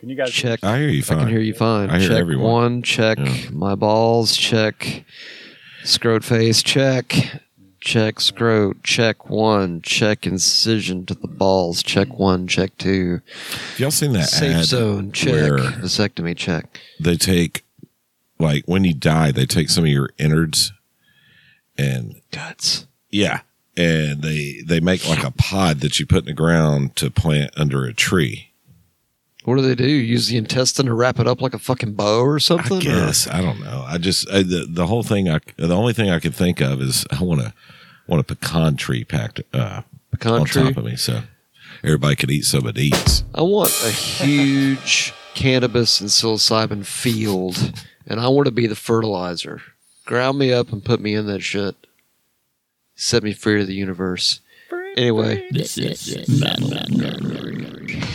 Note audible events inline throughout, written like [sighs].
Can you guys Check. I hear you I fine. can hear you fine. I hear check everyone. one. Check Yeah. my balls. Check scrot face. Check check scrot. Check one. Check incision to the balls. Check one. Check two. Have y'all seen that Safe ad zone. Check where vasectomy. Check. they take like when you die, they take some of your innards and Guts. Yeah. And they they make like a pod that you put in the ground to plant under a tree. What do they do? Use the intestine to wrap it up like a fucking bow or something? I Or- guess I don't know. I just I, the the whole thing. I the only thing I could think of is I want to want a pecan tree packed uh, Pecan on tree? top of me, so everybody could eat some of these. I want a huge cannabis and psilocybin field, and I want to be the fertilizer. Ground me up and put me in that shit. Set me free to the universe. Anyway, This is Metal Nerd.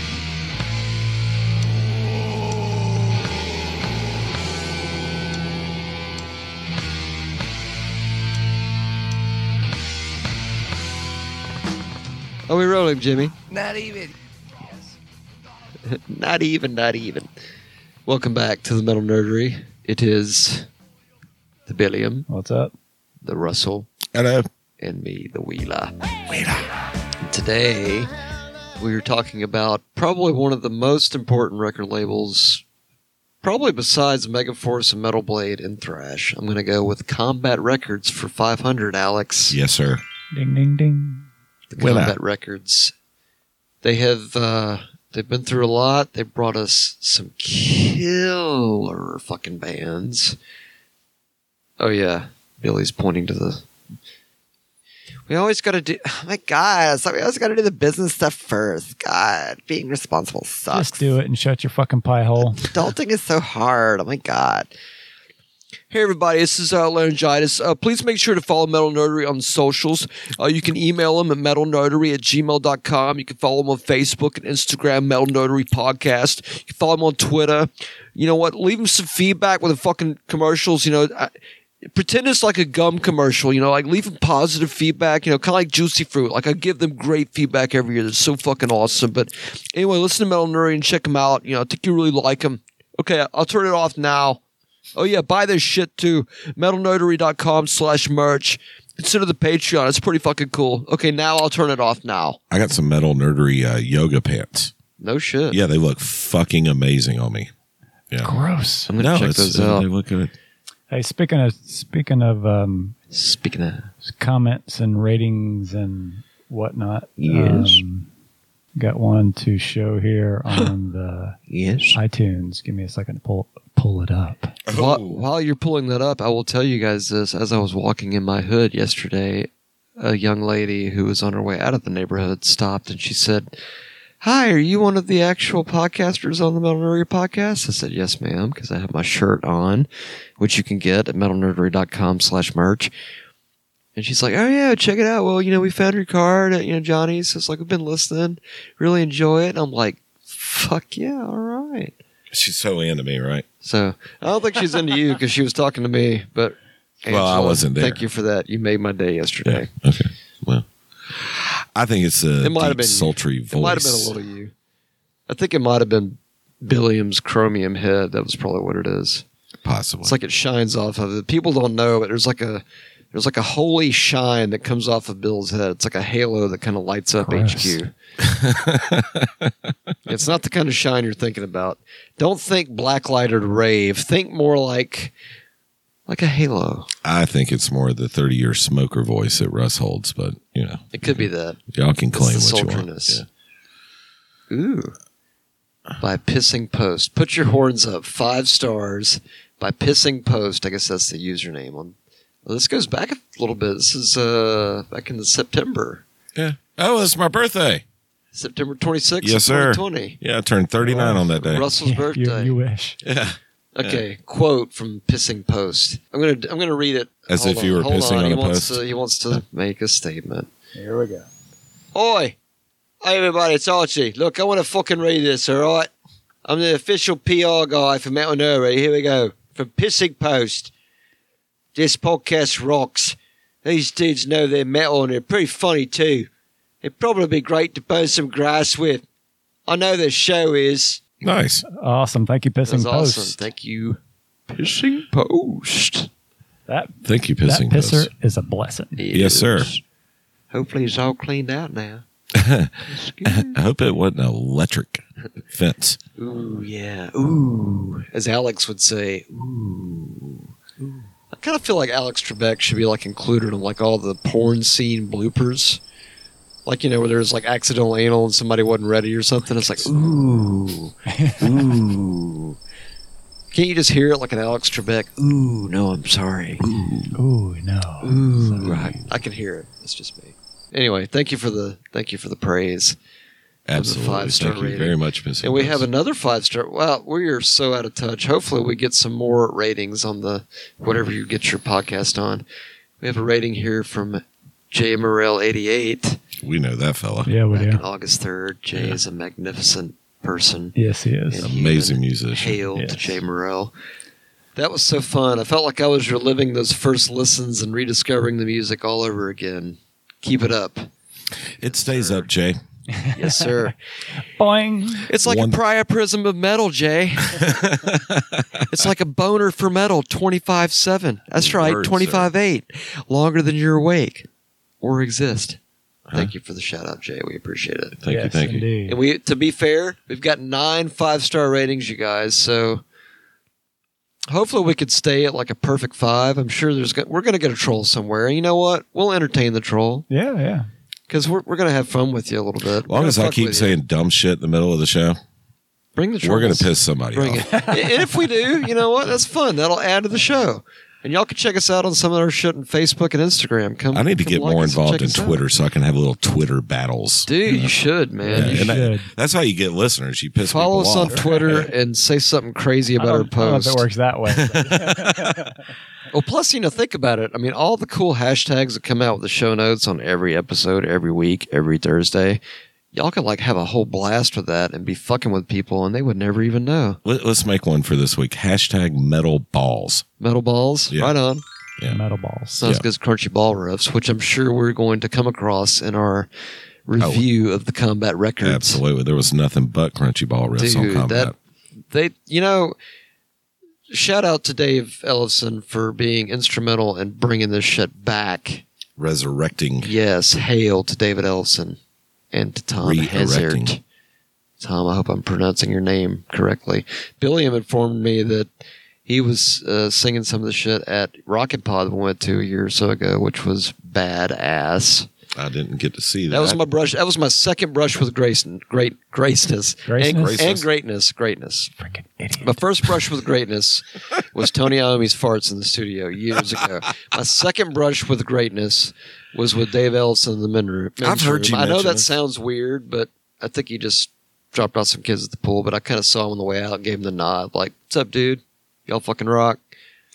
are we rolling, Jimmy? Not even. Yes. not even, not even. Welcome back to the Metal Nerdery. It is the Billiam, What's up? the Russell, And uh, and me, the Wheeler. And Today, we are talking about probably one of the most important record labels, probably besides Megaforce and Metal Blade and Thrash. I'm going to go with Combat Records for 500, Alex. yes, sir. Ding ding ding. The Well, Combat Records. They have uh, they've been through a lot. They brought us some killer fucking bands. Oh yeah, Billy's pointing to the. We always got to do. [sighs] Oh my god, so we always got to do the business stuff first. God, being responsible sucks. Just do it and shut your fucking pie hole. Adulting is so hard. Oh my god. Hey everybody, this is uh, Laryngitis. Uh, please make sure to follow Metal Nerdery on the socials. Uh, you can email them at metalnerdery at gmail.com. You can follow them on Facebook and Instagram, Metal Nerdery Podcast. You can follow them on Twitter. You know what? Leave them some feedback with the fucking commercials. You know, I, pretend it's like a gum commercial. You know, like leave them positive feedback. You know, kind of like Juicy Fruit. Like I give them great feedback every year. They're so fucking awesome. But anyway, listen to Metal Nerdery and check them out. You know, I think you really like them. Okay, I'll turn it off now. Oh yeah, buy this shit too. MetalNotary.com slash merch. Consider the Patreon. It's pretty fucking cool. Okay, now I'll turn it off now. I got some metal nerdery uh, yoga pants. No shit. Yeah, they look fucking amazing on me. Yeah, Gross. I'm gonna check it's- those uh, out. They look good. Hey, speaking of speaking of um, Speaking of comments and ratings and whatnot, Yes. um, got one to show [laughs] here on the yes. iTunes. Give me a second to pull pull it up. While, Oh. while you're pulling that up, I will tell you guys this. As I was walking in my hood yesterday, a young lady who was on her way out of the neighborhood stopped and she said, Hi, are you one of the actual podcasters on the Metal Nerdery podcast? I said, Yes, ma'am, because I have my shirt on, which you can get at metalnerdery.com slash merch. And she's like, Oh, yeah, check it out. Well, you know, we found your card at, you know, Johnny's. It's like, we've been listening, really enjoy it. And I'm like, Fuck yeah, all right. She's so into me, right? So I don't think she's into you because she was talking to me. But Well, I wasn't there. Thank you for that. You made my day yesterday. Okay. Well, I think it's a It might have deep, been- sultry voice. It might have been a little you. I think it might have been Billiam's chromium head. That was probably what it is. possible. It's like it shines off of it. People don't know, but there's like a there's like a holy shine that comes off of Bill's head. It's like a halo that kind of lights up Gross. HQ. [laughs] it's not the kind of shine you're thinking about. Don't think black light or rave. Think more like like a halo. I think it's more the 30 year smoker voice that Russ holds, but you know, It could be that. y'all can It's claim the what you want. sultriness. Yeah. Ooh. By Pissing Post. Put your horns up. Five stars by Pissing Post. I guess that's the username. On well, this goes back a little bit. This is uh back in the September. Yeah. Oh, it's my birthday. September twenty sixth, Yes, sir. twenty twenty. Yeah, I turned Oh, 39 on that day. Russell's Yeah, birthday. You, you wish. [laughs] Yeah. Okay, quote from Pissing Post. I'm gonna I'm gonna read it. As Hold if you were hold pissing on he a wants post. To, he wants [laughs] to make a statement. Here we go. Oi! Hey everybody, it's Archie. Look, I want to fucking read this, alright? I'm the official PR guy for Metal Nerdy. Here we go. From Pissing Post. This podcast rocks. These dudes know their metal and they're pretty funny too. It'd probably be great to burn some grass with. I know the show is. Nice. Awesome. Thank you, Pissing That's Post. awesome. Thank you. Pishing Post. that Thank you, that pissing pisser Puss. is a blessing. Yes, sir. Hopefully it's all cleaned out now. It's [laughs] I good. hope it wasn't an electric fence. Ooh, yeah. Ooh. As Alex would say, ooh. I kind of feel like Alex Trebek should be like included in like all the porn scene bloopers. Like, you know, where there's like accidental anal and somebody wasn't ready or something. It's like, ooh. Ooh. Can't you just hear it like an Alex Trebek? Ooh, no, I'm sorry. Ooh, no. Ooh, right. I can hear it. It's just me. Anyway, thank you for the thank you for the praise. was a Absolutely. five-star Thank you rating. very much, pissing And we Puss. have another five star. Wow, we are so out of touch. Hopefully, we get some more ratings on the whatever you get your podcast on. We have a rating here from Jay Morel eighty eight We know that fella. Oh, Yeah, we back in do. August third. Jay is a magnificent person. Yes, he is. Yeah. Amazing musician. Hail Yes. to Jay Morel. That was so fun. I felt like I was reliving those first listens and rediscovering the music all over again. Keep it up. It stays up, Jay. Yes, sir. Boing. It's like One- a priaprism of metal, [laughs] Jay. it's like a boner for metal, 25 7. That's right, Word, sir. 25 8. Longer than you're awake or exist. Thank you for the shout out, Jay. We appreciate it. Thank you. Yes, Thank you. indeed. And we, to be fair, we've got nine five star ratings, you guys. So hopefully we could stay at like a perfect five. I'm sure there's go- we're going to get a troll somewhere. And you know what? We'll entertain the troll Yeah, yeah. because we're, we're going to have fun with you a little bit. As long as I keep saying dumb shit in the middle of the show, bring the trolls. we're going to piss somebody Bring off. it. and if we do, you know what? That's fun. That'll add to the show. And y'all can check us out on some of our shit on Facebook and Instagram. Come, I need to come get like more us and involved check in us out. Twitter so I can have little Twitter battles. Dude, you should, man. Yeah, You you and that- should. that's how you get listeners. You piss Follow us people on off. Twitter [laughs] and say something crazy I about our don't, I don't know if post. it works that way. Well, plus, you know, think about it. I mean, all the cool hashtags that come out with the show notes on every episode, every week, every Thursday. Y'all could like have a whole blast with that and be fucking with people, and they would never even know. Let, us make one for this week. Hashtag metal balls. Metal balls, Yeah. right on. [laughs] Metal balls. Sounds Yeah. good as crunchy ball riffs, which I'm sure we're going to come across in our review of the combat records. Absolutely. There was nothing but crunchy ball riffs on Dude, combat. that they you know shout out to Dave Ellison for being instrumental in bringing this shit back. Resurrecting. Yes, hail to David Ellison and to Tom Re-erecting. Hazard. Tom, I hope I'm pronouncing your name correctly. Billiam informed me that he was uh, singing some of the shit at Rocket Pod that we went to a year or so ago, which was badass. I didn't get to see that. That was my brush. That was my second brush with Grayson. Great, graceness, And, Graceness? and greatness, greatness. Freaking idiot. My first brush with greatness was Tony Iommi's farts in the studio years ago. My second brush with greatness was with Dave Ellison in the men's room. I've heard Men's you room. I know mention that this. sounds weird, but I think he just dropped off some kids at the pool. But I kind of saw him on the way out, and gave him the nod, like "What's up, dude? Y'all fucking rock."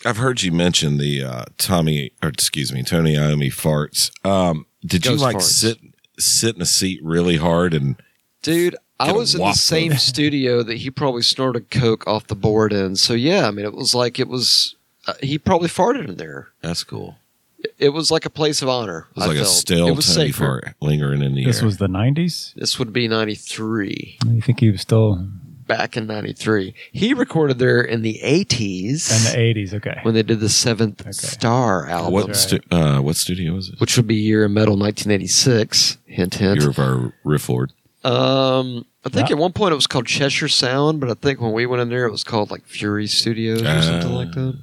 I've heard you mention the uh, Tommy, or excuse me, Tony Iommi farts. Um, did you Ghost like farts. sit sit in a seat really hard and Dude, I Get a was in the waft of [laughs] same studio that he probably snorted coke off the board in. So yeah, I mean, it was like it was. Uh, he probably farted in there. that's cool. It- It was like a place of honor. It was like I a felt. stale It Tony was sacred. fart lingering in the This air. was the 90s? This would be ninety three. You think he was still in Back in ninety three, he recorded there in the the eighties 80s? Okay. when they did the Seventh Okay. Star album, what right. stu- uh, what studio was it? which would be year in metal nineteen eighty six. Hint, hint. year of our riff lord? Um, I think Yeah. at one point it was called Cheshire Sound, but I think when we went in there, it was called like Fury Studios or something Ah. like that.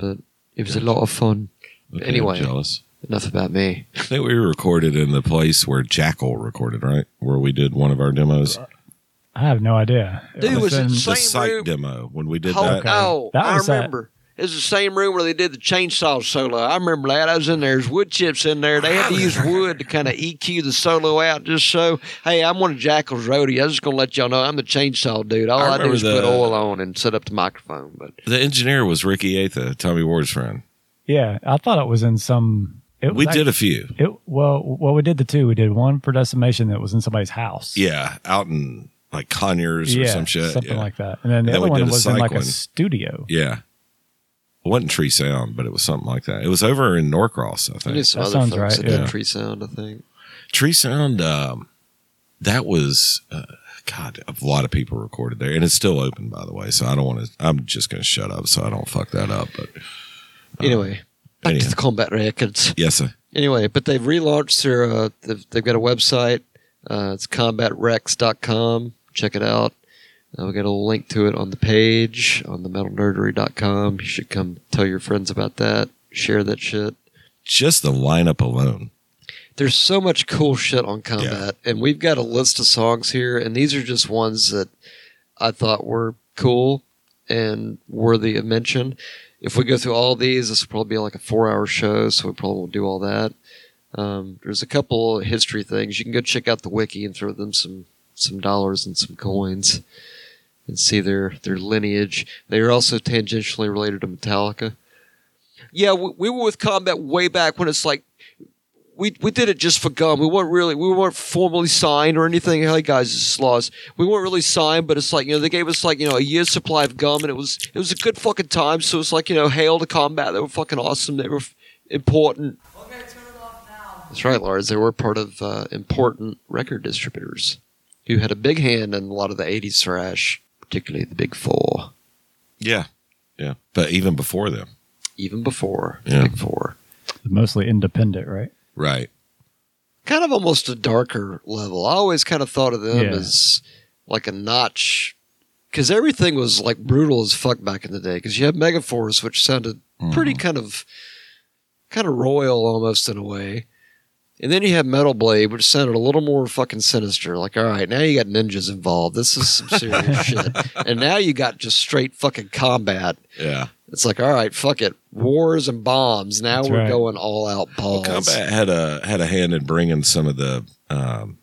But it was a lot of fun. Okay, Anyway. I'm jealous. Enough about me. I think we recorded in the place where Jackal recorded, right? Where we did one of our demos, I have no idea. It Dude, was it in- the Same site room. demo when we did oh, that. oh, That I was that- remember. It's the same room where they did the chainsaw solo. I remember that. I was in there. There's wood chips in there. They had to use wood to kind of EQ the solo out just so, hey, I'm one of Jackal's roadie. I was just going to let y'all know I'm the chainsaw dude. All I I, do remember is put the- oil on and set up the microphone. But The engineer was Ricky Atha, Tommy Ward's friend. Yeah, I thought it was in some. It We was did act- a few. It, well, well, we did the two. We did one for decimation that was in somebody's house. Yeah, out in like Conyers or Yeah, some shit. something yeah. like that. And then the then other we one did a was in like cycling. a studio. Yeah. It wasn't Tree Sound, but it was something like that. It was over in Norcross, I I think. knew some That other sounds folks right, that yeah. did tree sound, I think. Tree Sound, um, that was, uh, God, a lot of people recorded there, and it's still open, by the way. So I don't want to. I'm just going to shut up so I don't fuck that up. But uh, Anyway, back anyhow. to the combat records. yes, sir. anyway, but they've relaunched their, uh, they've, they've got a website. Uh, it's combatrex.com. Check it out. Uh, we got a link to it on the page on the metalnerdery.com. You should come tell your friends about that. Share that shit. just the lineup alone. There's so much cool shit on combat, and we've got a list of songs here, and these are just ones that I thought were cool and worthy of mention. If we go through all these, this will probably be like a four hour show, so we probably won't do all that. Um, there's a couple of history things. You can go check out the wiki and throw them some, some dollars and some coins and see their, their lineage. They are also tangentially related to Metallica. Yeah, we, we were with Combat way back when it's like we we did it just for gum. We weren't really we weren't formally signed or anything. Hey guys, this is Laws. We weren't really signed, but it's like you know they gave us like you know a year's supply of gum, and it was it was a good fucking time. So it's like you know hail to combat. They were fucking awesome. They were f- important. Okay, turn it off now. That's right, Lars. They were part of uh, important record distributors who had a big hand in a lot of the '80s thrash, particularly the Big Four, Yeah, yeah. But even before them, even before the Yeah. Big Four. Mostly independent, right? right? kind of almost a darker level. I always kind of thought of them Yeah. as like a notch because everything was like brutal as fuck back in the day. Because you had Megaforce, which sounded Mm-hmm. pretty kind of kind of royal almost in a way. And then you have Metal Blade, which sounded a little more fucking sinister. Like, all right, now you got ninjas involved. This is some [laughs] serious shit. And now you got just straight fucking combat. Yeah. It's like, all right, fuck it. Wars and bombs. Now That's we're right. going all out balls. Combat had a had a hand in bringing some of the, um,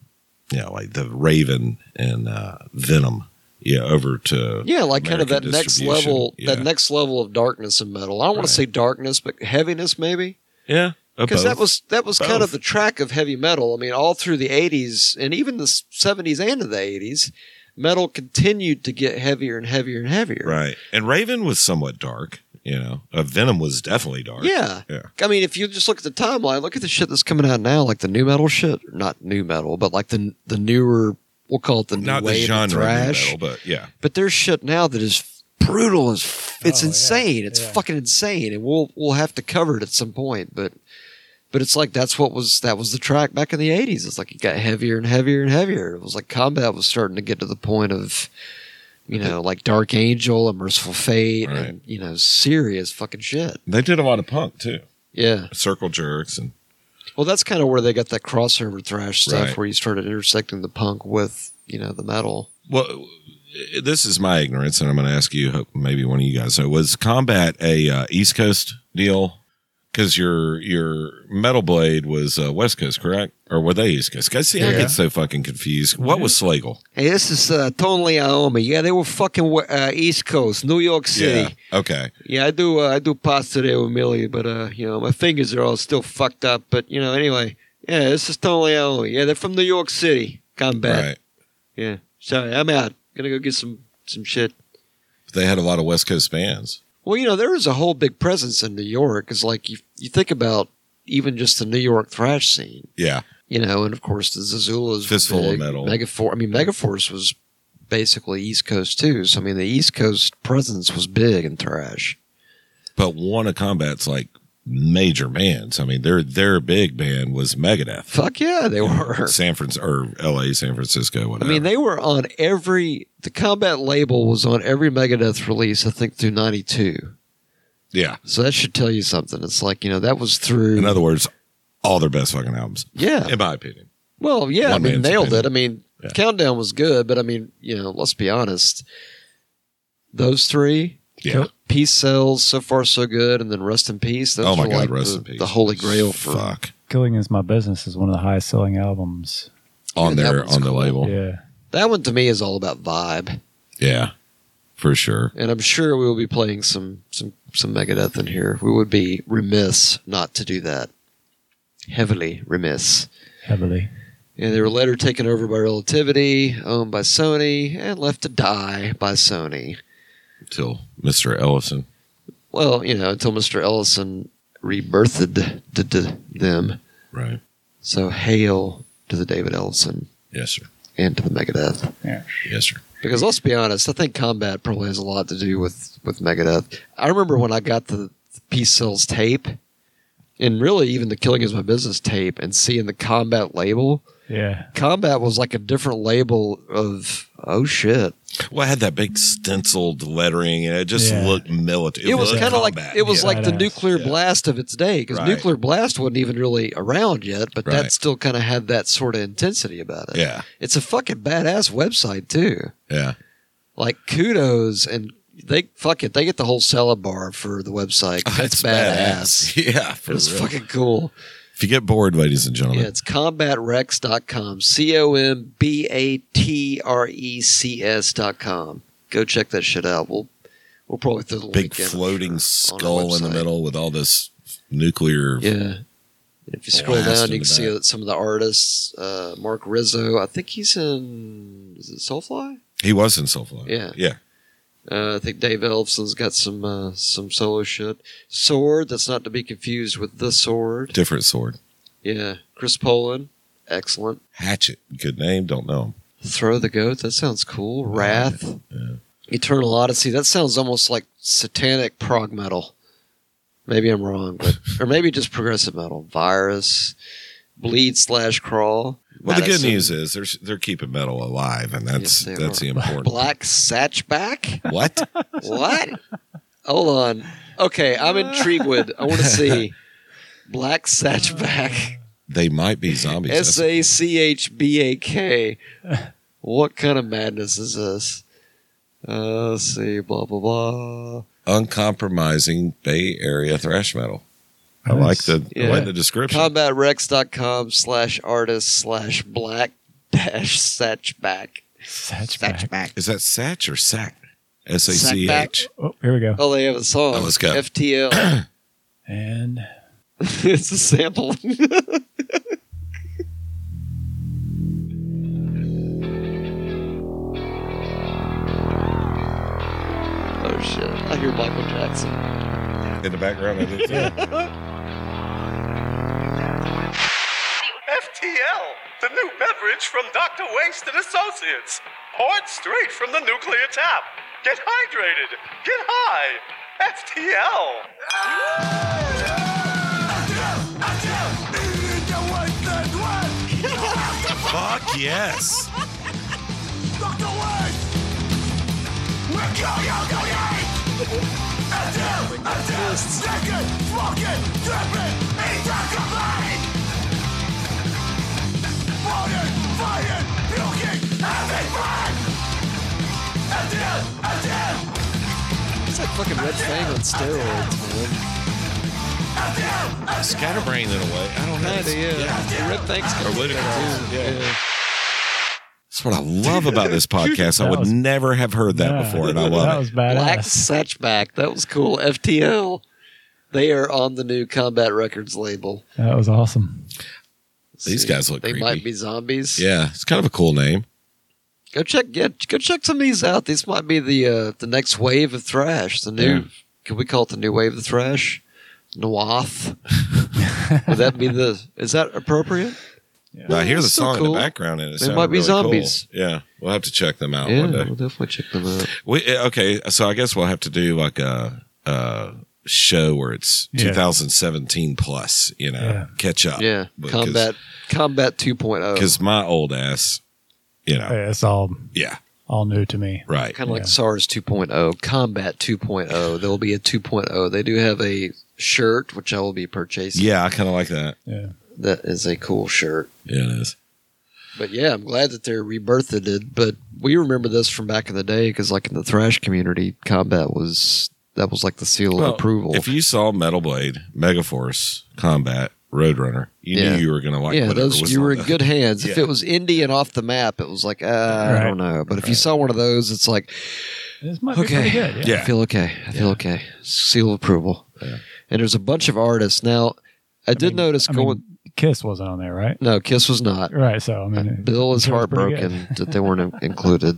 you know, like the Raven and uh, Venom, yeah, over to Yeah, like kind of that American next distribution. level, Yeah. that next level of darkness in metal. I don't want Right. to say darkness, but heaviness maybe, yeah, uh, because that both. was that was kind Both. of the track of heavy metal. I mean, all through the '80s and even the '70s and the '80s, metal continued to get heavier and heavier and heavier. right. And Raven was somewhat dark. You know, uh, Venom was definitely dark. Yeah. yeah. I mean, if you just look at the timeline, look at the shit that's coming out now, like the new metal shit, not new metal, but like the the newer, we'll call it the new Not the wave of genre of thrash. metal, but yeah, But there's shit now that is brutal as it's Oh, yeah, insane. It's yeah. fucking insane, and we'll we'll have to cover it at some point. But but it's like that's what was that was the track back in the '80s. It's like it got heavier and heavier and heavier. It was like combat was starting to get to the point of you know like Dark Angel and Merciful Fate Right. and you know serious fucking shit. they did a lot of punk too. Yeah. Circle jerks and Well, that's kind of where they got that crossover thrash stuff, Right. where you started intersecting the punk with you know the metal. Well, this is my ignorance, and I'm going to ask you. Hope maybe one of you guys. So, was combat a uh, East Coast deal? Because your your Metal Blade was uh, West Coast, correct? Or were they East Coast? 'Cause, see, I Yeah. get so fucking confused. What was Slagle? Hey, this is uh, Tone Leomi. Yeah, they were fucking uh, East Coast, New York City. Yeah. Okay. Yeah, I do. Uh, I do pasta there with Millie, but uh, you know my fingers are all still fucked up. But you know, anyway, yeah, this is Tone Leomi. Yeah, they're from New York City. Combat. Right. Yeah. Sorry, I'm out. Gonna go get some some shit. They had a lot of West Coast bands. Well, you know, there was a whole big presence in New York. It's like you you think about even just the New York thrash scene. Yeah. you know, and of course the Zazula's were Fistful of big. Metal. Megaforce. I mean, Megaforce was basically East Coast too. So I mean, the East Coast presence was big in thrash. But one of combat's like major bands. I mean, their their big band was Megadeth. Fuck yeah, they were. San Francisco or L.A., San Francisco, I whatever. mean, they were on every. The combat label was on every Megadeth release, I think, through '92. yeah. So that should tell you something. It's like you know that was through. In other words, all their best fucking albums, yeah. in my opinion. Well, yeah, I One mean, man's nailed opinion. it. I mean, Yeah. Countdown was good, but I mean, you know, let's be honest. Those three, Yeah. Peace Cells, So Far So Good, and then Rest in Peace. Those oh my were god, like rest the, in peace. The holy grail for fuck Killing is my business is one of the highest selling albums. on That their one's on the cool. label. Yeah. Yeah. that one. To me, is all about vibe, for sure. and I'm sure we will be playing some some some Megadeth in here. We would be remiss not to do that. Heavily remiss. Heavily. And they were later taken over by Relativity, owned by Sony, and left to die by Sony. Till Mr. Ellison. Well, you know, until Mr. Ellison rebirthed d- d- them. Right. So hail to the David Ellison Yes, sir. into the Megadeth. Yes, sir. Because let's be honest, I think combat probably has a lot to do with with Megadeth. I remember when I got the, the Peace Cells tape, and really even the Killing Is My Business tape, and seeing the combat label. Yeah. Combat was like a different label of oh shit. Well, I had that big stenciled lettering, and it just Yeah. looked military. It, was looked kind of like combat. it was Yeah. like the Badass. nuclear Yeah. blast of its day because Right. nuclear blast wasn't even really around yet, but that Right. still kind of had that sort of intensity about it. yeah, It's a fucking badass website too. yeah. Like kudos and they fuck it, they get the whole salad bar for the [laughs] website. 'cause That's badass. Yeah, Oh, for It's real. fucking cool. if you get bored, ladies and Yeah, gentlemen, it's combatrex.com. C O M B A T R E C S dot com. Go check that shit out. We'll we'll probably throw the big link in, I'm floating sure, on our skull in the website. middle with all this nuclear. Yeah. If you scroll Blast down, in you the can see back. that some of the artists. Uh, Mark Rizzo, I think he's in. Is it Soulfly? He was in Soulfly. Yeah. yeah. Uh, I think Dave Elfson's got some uh, some solo shit. Sword, that's not to be confused with the Sword. Different sword. Yeah, Chris Poland, excellent. Hatchet, good name. Don't know him. Throw the Goat, that sounds cool. Wrath, Yeah. Eternal Odyssey, that sounds almost like satanic prog metal. Maybe I'm wrong, but or maybe just progressive metal. Virus, Bleed slash Crawl. Well, the good Madison. news is they're they're keeping metal alive, and that's Yes, they that's are. the important. Black Satchback? What? what? Hold on. Okay, I'm intrigued with. I want to see Black Satchback. they might be zombies. S A C H B A K. What kind of madness is this? Uh, let's see, blah blah blah. uncompromising Bay Area thrash metal. I like Nice. the I Yeah. like the description. CombatRex.com slash artist slash black dash satchback. Satchback. is that Satch or Sack? S A C H. Sackback. Oh, here we go. Oh, they have a song. Oh, let's go. FTL. And [laughs] it's a sample. [laughs] Oh, oh shit! I hear Michael Jackson. In the background of it. FTL, the new beverage from Dr. Waste and Associates. Poured straight from the nuclear tap. Get hydrated. Get high. FTL. Fuck [laughs] yes. It's like fucking Red Fang on steroids, man. Scatterbrain in a way. I don't know. Kinda, yeah. Red Fang's Or got Ludacris, that too. yeah. Yeah. That's what I love about [laughs] this podcast. I That would was- never have heard that Yeah. before, and I that love was it. Black badass. Satchback. That was cool. FTL. They are on the new Combat Records label. That was awesome. These guys look They creepy. might be zombies. Yeah, it's kind of a cool name. Go check yeah, go check some of these out. These might be the uh, the next wave of thrash. The new Yeah. can we call it the new wave of thrash? Noath. Would that be the is that appropriate? Now I hear the that's so song in cool. the background, and it They sounded might be really cool. zombies. Yeah, we'll have to check them out yeah, one day. we'll definitely check them out. We, eh, okay, so I guess we'll have to do like a, a show where it's Yeah. 2017 plus, you know, Yeah. catch up. yeah. Combat Combat oh. 2.0. Because my old ass, you know, Yeah, It's all Oh. yeah, all all new to me. right. Kind of like yeah. SARS 2.0, Combat 2.0. There will be a 2.0. They do have a shirt which I will be purchasing. Yeah, I kind of like that. Yeah. That is a cool shirt. Yeah, it is. But yeah, I'm glad that they're rebirthed it. But we remember this from back in the day because, like in the thrash community, combat was that was like the seal Well, of approval. If you saw Metal Blade, Megaforce, Combat, Roadrunner, you Yeah. knew you were going to like yeah, whatever those was you on were in the- good hands. If Yeah. it was indie and off the map, it was like uh, I don't know. But if you saw one of those, it's like This might Okay. be pretty good. Yeah. I feel okay. I feel okay. Seal of approval. Yeah. And there's a bunch of artists now. I, did mean- notice I going. mean, Kiss wasn't on there, right? no, Kiss was not. Right. So I mean, Bill is it was pretty heartbroken that they weren't in- included.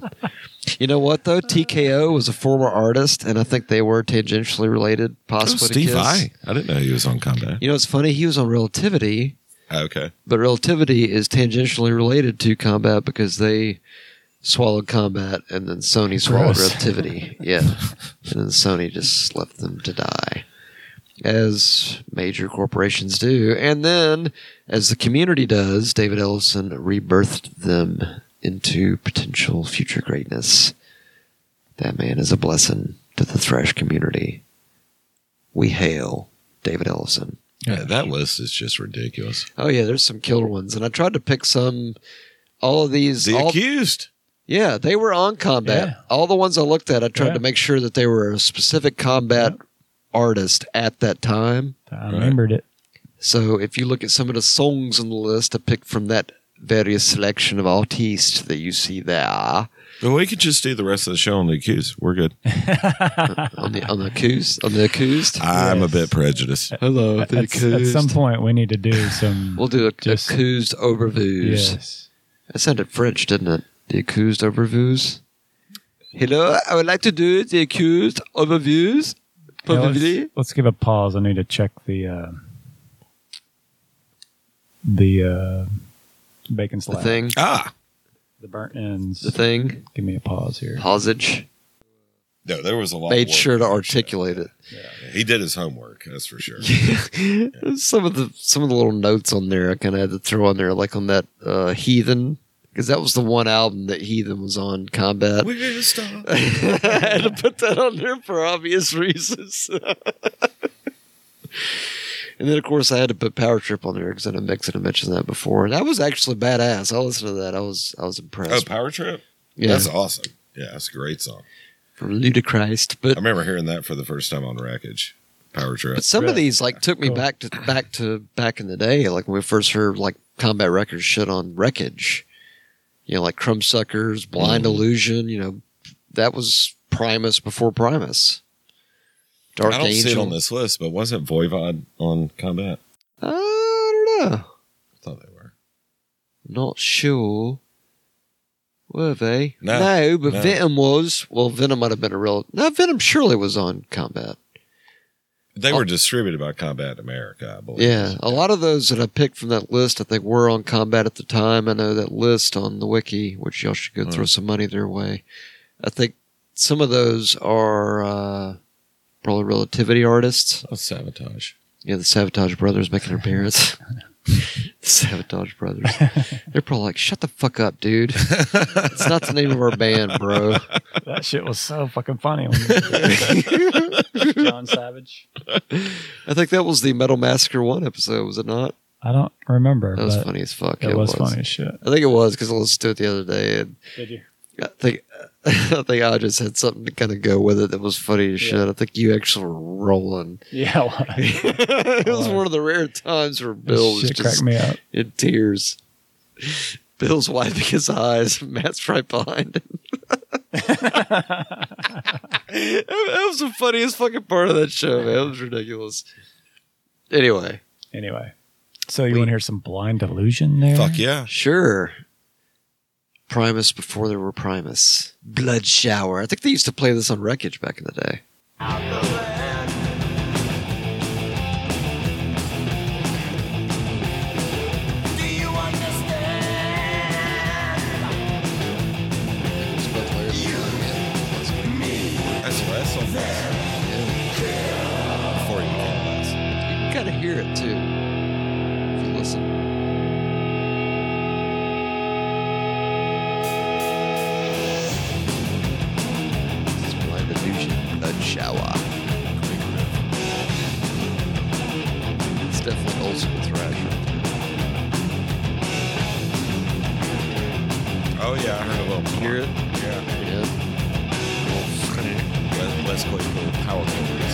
You know what though? TKO was a former artist, and I think they were tangentially related, Oh, possibly. to Steve Kiss. I. I didn't know he was on Combat. Oh, You know, it's funny. He was on Relativity, Okay. But relativity is tangentially related to combat because they swallowed combat and then Sony swallowed Gross. relativity. Yeah. and then Sony just left them to die. As major corporations do. And then, as the community does, David Ellison rebirthed them into potential future greatness. That man is a blessing to the Thresh community. We hail David Ellison. Yeah, that list is just ridiculous. Oh yeah, there's some killer ones, and I tried to pick some. All of these, The all, accused. yeah, they were on combat. Yeah. All the ones I looked at, I tried Yeah. to make sure that they were a specific combat artist at that time. I remembered [laughs] it. So if you look at some of the songs on the list, I picked from that various selection of artists that you see there But we could just do the rest of the show on the accused. [laughs] We're good. on the on the accused on the accused. I'm a Yes. bit prejudiced. Hello, the [laughs] At, accused. at some point, we need to do some. [laughs] we'll do a, Just- accused over views. yes. That sounded French, didn't it? The accused overviews. Hello, I would like to do the accused overviews. Yeah, Probably. let's, let's give a pause. I need to check the uh, the uh, bacon The slab. thing. Ah, The burnt ends. The thing. Give me a pause here. Pausage. no, there was a lot. of Made work. sure to articulate it. He did his homework. That's for sure. [laughs] [laughs] some of the some of the little notes on there I kind of had to throw on there, like on that uh, Heathen, because that was the one album that Heathen was on Combat. We're [laughs] gonna stop. I had to put that on there for obvious reasons. and then, of course, I had to put Power Trip on there because I know Mix had mentioned that before, and that was actually badass. I listened to that. I was I was Oh, impressed. Power Trip. yeah, That's awesome. Yeah, that's a great song. from Ludacris. I But remember hearing that for the first time on Wreckage. Power Trip. but some of Really? these like took me Cool. back to back to back in the day, like when we first heard like Combat Records shit on Wreckage. You know, like Crumbsuckers, Blind Mm-hmm. Illusion. You know, that was Primus before Primus. Dark I don't Angel. see it on this list, but wasn't Voivod on Combat? Uh, I don't know. I thought they were. Not sure. Were they? No, but no. Venom was. Well, Venom might have been a real. No, Venom surely was on Combat. They Oh. were distributed by Combat America, I believe. Yeah, a lot of those that I picked from that list, I think, were on Combat at the time. I know that list on the wiki, which y'all Hmm. should go throw some money their way. I think some of those are uh, probably relativity artists. Oh, sabotage. Yeah, the Sabotage Brothers making [laughs] an appearance. Sabotage Brothers. They're probably like, shut the fuck up, dude. it's not the name of our band, [laughs] bro. that shit was so fucking funny. when we- [laughs] John Savage. I think that was the Metal Massacre one episode, was it not? I don't remember, That was but funny as fuck. it was funny as shit. I think it was because I listened to it the other day, and Did you? I think [laughs] I think I just had something to kind of go with it that was funny as shit. I think you actually [laughs] were rolling. [laughs] Yeah. it was. it was Oh. one of the rare times where That Bill was shit just cracked me up. in tears. [laughs] Bill's wiping his eyes. [laughs] Matt's right behind him. [laughs] that that was the funniest fucking part of that show, man. It was ridiculous. Anyway, Anyway, so you We- want to hear some blind illusion there? Fuck yeah. Sure. Primus before there were Primus. Blood Shower. I think they used to play this on Wreckage back in the day. That's the last song. Before he became You can kind of hear it too. If you listen. This is Blind Illusion. Blood uh, Shower. It's definitely old school thrash. Les. Oh yeah, I heard a little. Hear it? Yeah. Yeah. Let, let's play the power chords.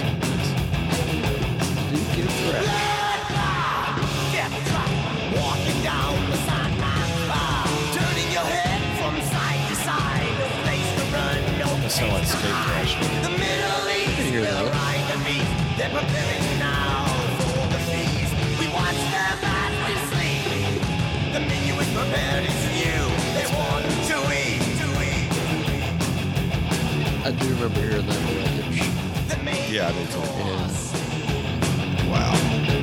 Dude, get thrash. Walking down the sideline bar, turning your head from side to side. No place to run, no That sound like place to skate hide. The Middle East, hear they'll that. ride the beat. They're preparing now for the feast. We watch them as we sleep. The menu is prepared, it's new. They want to eat, to I eat. do remember hearing that on Wreckage. The main Yeah, I did too. course. Wow.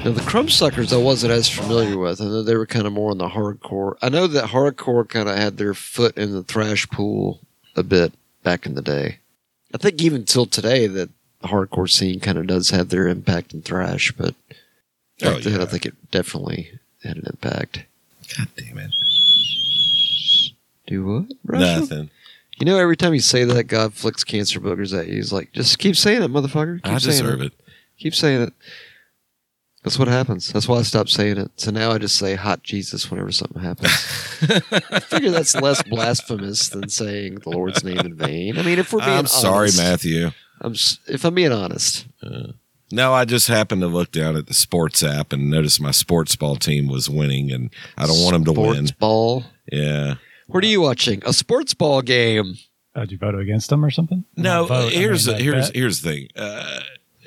Now the crumb suckers I wasn't as familiar with. I know they were kind of more on the hardcore. I know that hardcore kind of had their foot in the thrash pool a bit back in the day. I think even till today that the hardcore scene kind of does have their impact in thrash, but Oh, back then yeah. I think it definitely had an impact. God damn it. Do what? Russia? Nothing. You know, every time you say that, God flicks cancer boogers at you. He's like, just keep saying it, motherfucker. Keep I saying deserve it. Keep saying it. That's what happens. That's why I stopped saying it. So now I just say hot Jesus whenever something [laughs] happens. I figure that's less blasphemous than saying the Lord's name in vain. I mean, if we're being I'm sorry, honest, Matthew. I'm, s- if I'm being honest, No, I just happened to look down at the sports app and noticed my sports ball team was winning, and I don't want them to sports win. ball. Yeah. What are you watching? A sports ball game. How'd Oh, you vote against them or something? No, Not vote, I here's mean, the, here's bet. here's the thing. Uh,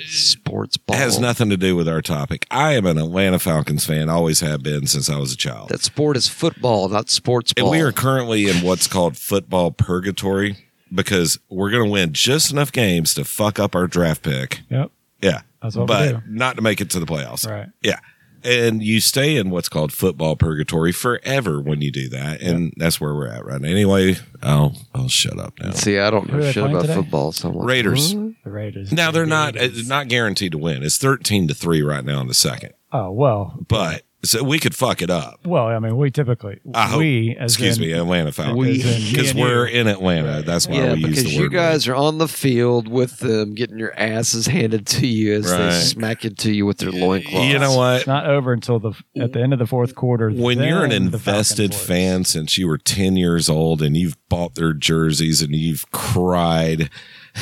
Sports it ball has nothing to do with our topic. I am an Atlanta Falcons fan. Always have been since I was a child. That sport is football, not sports and ball. we are currently in what's called football purgatory because we're going to win just enough games to fuck up our draft pick. Yep. Yeah. That's what we do. but not to make it to the playoffs. Right. Yeah. And you stay in what's called football purgatory forever when you do that. And that's where we're at right now. Anyway, I'll I'll shut up now. See, I don't Who know are they shit playing about today? football. So I'm like, Raiders. "What?" The Raiders. Now they're The not Raiders. it's not guaranteed to win. It's thirteen to three right now in the second. Oh well. But so we could fuck it up. Well, I mean, we typically I hope. we as Excuse in- me, uh, Atlanta Falcons. as in me Because and you. we're in Atlanta. That's why Yeah, we use because the word. you guys are on the field with them, getting your asses handed to you as Right. they smack it to you with their loincloths. you know what? It's not over until the at the end of the fourth quarter. when you're an then the invested Falcons lose. fan since you were 10 years old and you've bought their jerseys and you've cried [laughs]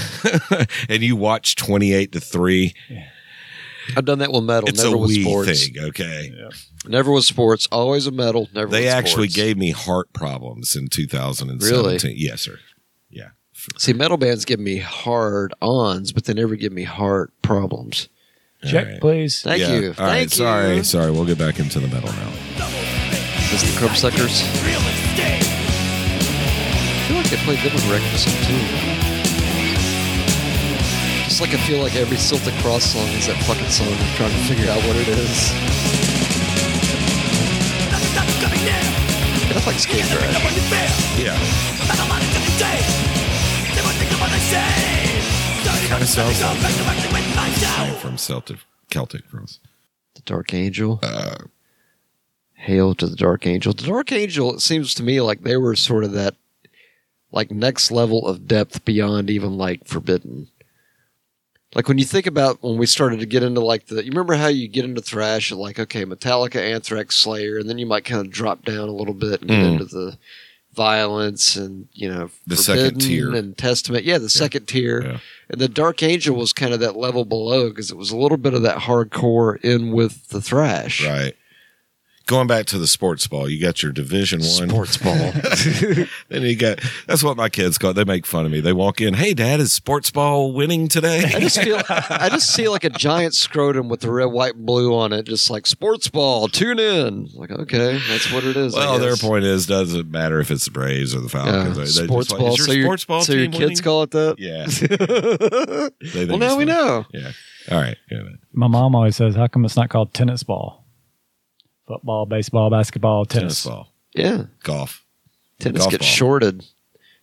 and you watch 28 to 3 I've done that with metal. it's never a with wee sports. thing okay Never with sports. Always a metal. Never. they with actually sports. gave me heart problems in 2017 Really? yes sir yeah See, metal bands give me hard ons, but they never give me heart problems. Check, Alright. please. Thank Yeah. you. All Thank right. you. sorry sorry we'll get back into the metal now This is the Crumb Suckers. I feel like they played them with Requiem too. Just like I feel like every Celtic Cross song is that fucking song. I'm trying to figure out what it is. That's like skate thrash. yeah kind of sounds like from celtic celtic cross The Dark Angel. Uh, Hail to the Dark Angel. The Dark Angel, it seems to me like they were sort of that like next level of depth beyond even like Forbidden. Like when you think about when we started to get into like the you remember how you get into thrash and like okay Metallica, Anthrax, Slayer, and then you might kind of drop down a little bit and get Mm. into the violence and you know The second Forbidden tier. and Testament, yeah, the second tier. Yeah. And the Dark Angel was kind of that level below because it was a little bit of that hardcore in with the thrash, right going back to the sports ball you got your division one Sports ball. And he got that's what my kids call. They make fun of me. They walk in, hey dad, is sports ball winning I today? just feel I just see like a giant scrotum with the red, white, and blue on it, just like sports ball. Tune in. Like okay, that's what it is. I well, their guess. point is, doesn't matter if it's the Braves or the Yeah, Falcons. They- they sports just like, ball. Is your so your, sports ball so team your kids winning? call it that. [laughs] Yeah. They well, think it's now we funny. know. Yeah. All right. Got it. My mom always says, "How come it's not called tennis ball? Football, baseball, basketball, tennis. Tennis ball, Yeah, golf. tennis Golf gets ball. shorted.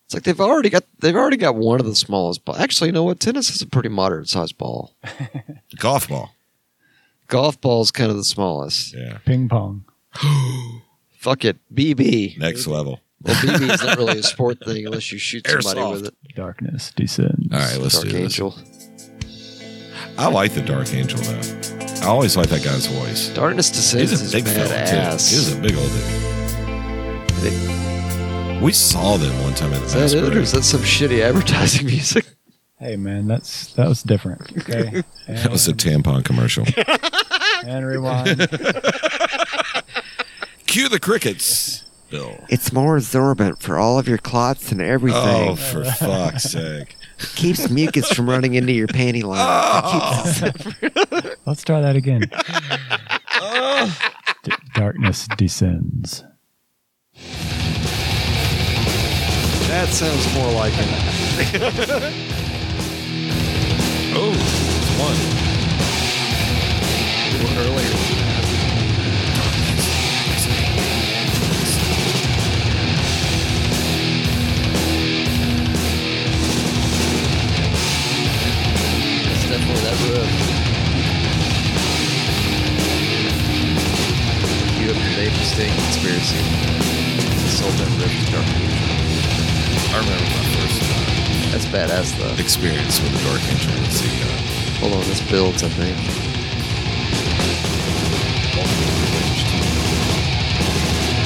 It's like they've already got they've already got one of the smallest ball. Actually, you know what? Tennis is a pretty moderate sized ball. Golf ball. Golf ball's kind of the smallest. [gasps] Yeah. Ping pong. Fuck it, BB. Next level. Well, BB's not really a sport [laughs] thing unless you shoot somebody Airsoft. with it. Darkness descends." All right, let's Dark do this. Angel. I like the Dark Angel though. I always like that guy's voice. Darkness Descends He's a big is fella too. badass. He's a big old dude. We saw them one time at the is Bass that it, or Pro. is that some shitty advertising [laughs] music? Hey man, that's that was different. Okay, [laughs] That was a [laughs] tampon commercial. and rewind. Cue the crickets, Bill. It's more absorbent for all of your clots and everything. Oh, for [laughs] fuck's sake. Keeps mucus from running into your panty line. Ah! Let's try that [laughs] again. D- darkness descends. That sounds more like it. Oh, it's one. Earlier. Yeah, that riff. Cue up your Dave Mustaine conspiracy. He sold that riff to Dark Angel. I remember my first That's badass uh, though. experience with the Dark Angel uh, was the Hold on, this builds, I think.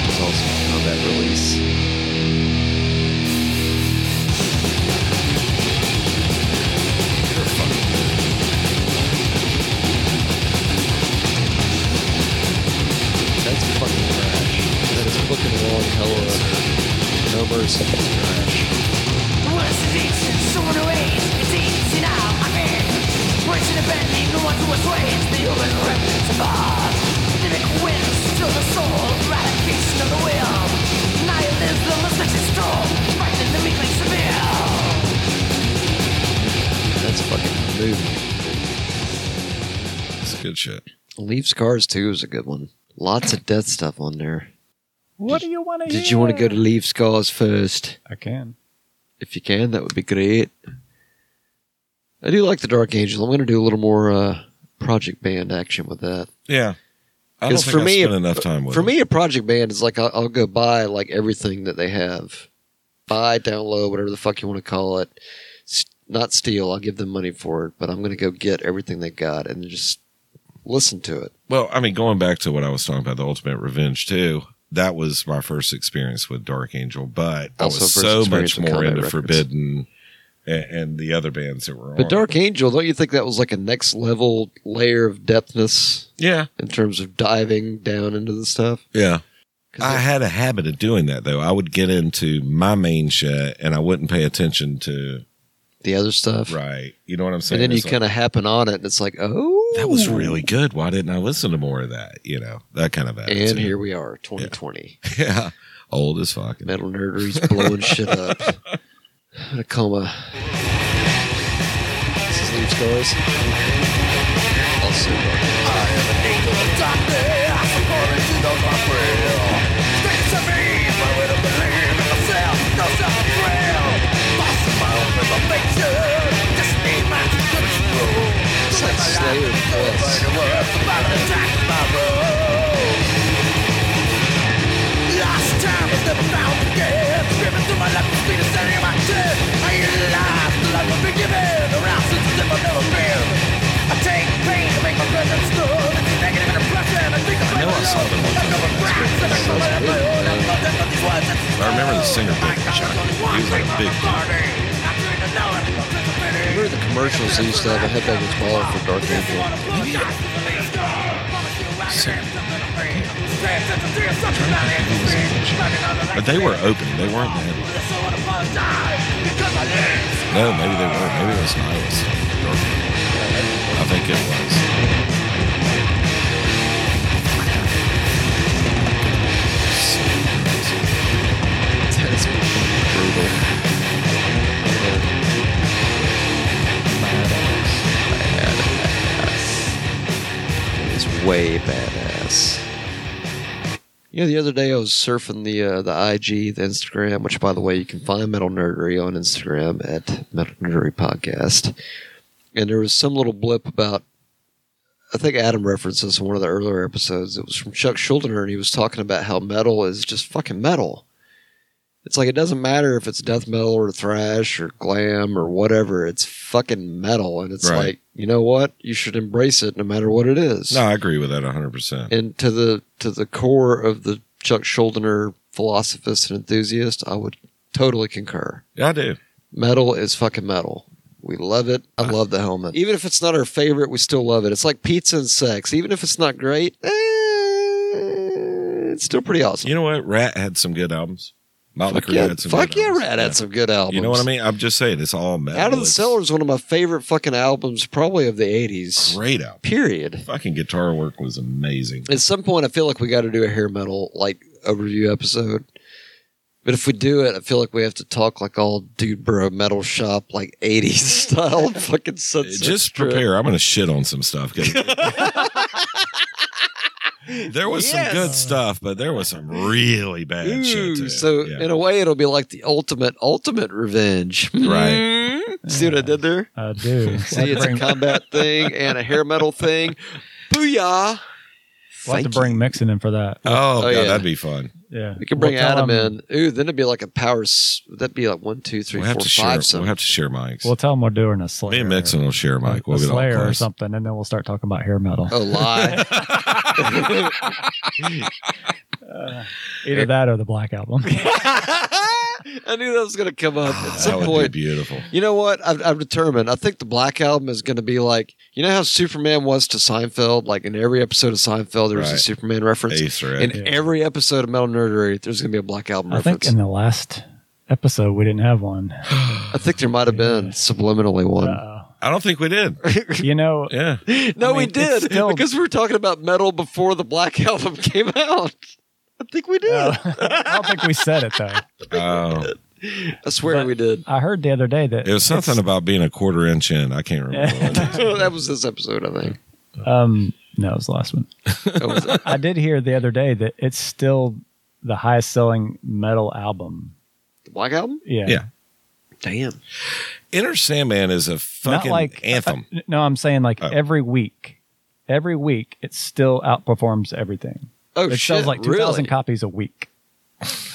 It's also on that release. That's fucking trash. That is fucking long hell of a no mercy trash. That's fucking movie. uh, it's good shit. Leave Scars 2 is a good one. Lots of death stuff on there. What do you want to hear? Did you want to go to Leave Scars first? I can. If you can, that would be great. I do like the Dark Angel. I'm going to do a little more uh, project band action with that. Yeah. I don't Because think for I me, spent enough time with for it. me, a project band is like I'll, I'll go buy like everything that they have, buy, download, whatever the fuck you want to call it. S- not steal. I'll give them money for it, but I'm going to go get everything they got and just listen to it. Well, I mean, going back to what I was talking about, the Ultimate Revenge too. That was my first experience with Dark Angel, but Also I was first so experience much with more Combat into Records. Forbidden and, and the other bands that were on. But Dark Angel, don't you think that was like a next level layer of depthness yeah, in terms of diving down into the stuff? yeah. 'Cause I it- had a habit of doing that though. I would get into my main shit and I wouldn't pay attention to the other stuff. right. You know what I'm saying? And then you It's like, kind of happen on it, and it's like, oh, that was really good. Why didn't I listen to more of that? You know, that kind of attitude. And here we are, 2020. [laughs] yeah, old as fuck. Metal nerdery's blowing shit [laughs] up. I'm gonna coma. This is Leaves Guys. Also, it's like Slayer plus. Lost time is never found again. Screaming through my life, speed is setting my chin. I utilize the life I've been given. Around since the dip I've never been. I take pain to make my presence known. It's negative and oppressive. I think I'm know I saw them I've never grasped and I come out of my own. I'm not done with these words. I remember the singer Big Shock. He was like a big dude. Remember the commercials they used to have a headbangers ball for Dark Angel? But they were open. They weren't the headline. No, maybe they were. Maybe it was Niles. I think it was. That's brutal. It is way badass. You know, the other day I was surfing the uh, the IG, the Instagram, which by the way you can find Metal Nerdery on Instagram at Metal Nerdery Podcast. And there was some little blip about I think Adam referenced this in one of the earlier episodes. It was from Chuck Schuldiner and he was talking about how metal is just fucking metal. It's like it doesn't matter if it's death metal or thrash or glam or whatever, it's fucking metal and it's Right. like, you know what? You should embrace it no matter what it is No, I agree with that 100%. and to the to the core of the Chuck Schuldiner philosophist and enthusiast, I would totally concur. Yeah, I do. Metal is fucking metal. We love it. I love the helmet. Even if it's not our favorite, we still love it. It's like pizza and sex. Even if it's not great, eh, it's still pretty awesome. You know what? Rat had some good albums. Motley fuck Crue yeah, had some fuck good yeah albums. Rat had some good albums. You know what I mean? I'm just saying, it's all metal. Out of the It's Cellar is one of my favorite fucking albums, probably of the '80s. Great album. Period. Fucking guitar work was amazing. at some point I feel like we got to do a hair metal like overview episode. But if we do it, I feel like we have to talk like all dude bro metal shop like 80s [laughs] style fucking sunset. just Strip. prepare. I'm going to shit on some stuff. [laughs] 'cause- there was some good stuff, but there was some really bad shit Ooh, too. so Yeah. in a way it'll be like the ultimate ultimate revenge. right. [laughs] See what I did there? I [laughs] do. See, it's a combat thing and a hair [laughs] metal thing. Booyah! We'll have Thank to you. bring Mixon in for that. Oh, God, yeah. that'd be fun. Yeah. We can bring We'll tell Adam him- in. Ooh, then it'd be like a power. s- That'd be like one, two, three, we'll have four, to share. five. We'll have to share mics. We'll tell him we're doing a Slayer. Me and Mixon will share a mic. We'll a get all Slayer or close. something, and then we'll start talking about hair metal. something. A Oh, [laughs] lie. Uh, Either that or the Black [laughs] Album. [laughs] I knew that was going to come up at [sighs] That some would point. be beautiful. You know what? I've, I've determined. I think the Black Album is going to be like you know how Superman was to Seinfeld. Like in every episode of Seinfeld, there was a Right. Superman reference. Ace or In Ed. Yeah. every episode of Metal Nerdery, there's going to be a Black Album I think reference. in the last episode we didn't have one. I think there might have been subliminally one. Uh-oh. I don't think we did. You [laughs] know, Yeah. [laughs] I no, mean, we it's did still- because we were talking about metal before the Black [laughs] Album came out. I think we did. uh, [laughs] I don't think we said it though. Oh, I swear but- we did. [laughs] I heard the other day that it was something it's- about being a quarter inch in. I can't remember. what [laughs] it is. that was this episode, I think. Oh, Um, no, it was the last one. That was it. I did hear the other day that it's still the highest selling metal album. the Black Album. Yeah. Yeah. Damn. Inner Sandman is a Not fucking like anthem. uh, no, I'm saying like Oh. every week, every week it still outperforms everything. Oh it shit! sells like 2,000 really? copies a week.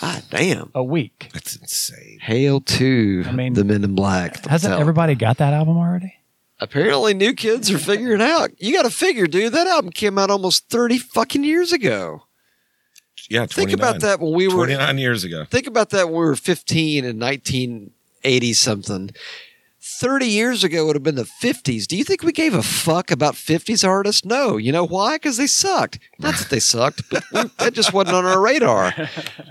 God damn. A week. That's insane. Hail to I mean, the Men in Black. the Hasn't Metallica. everybody got that album already? Apparently, new kids are figuring it out. You got to figure, dude. That album came out almost thirty fucking years ago. Yeah, 29. Think about that when we were 29 years ago. think about that when we were fifteen in nineteen eighty something. Thirty years ago would have been the fifties. Do you think we gave a fuck about fifties artists? No. You know why? Because they sucked. Not that they sucked, but we, that just wasn't on our radar.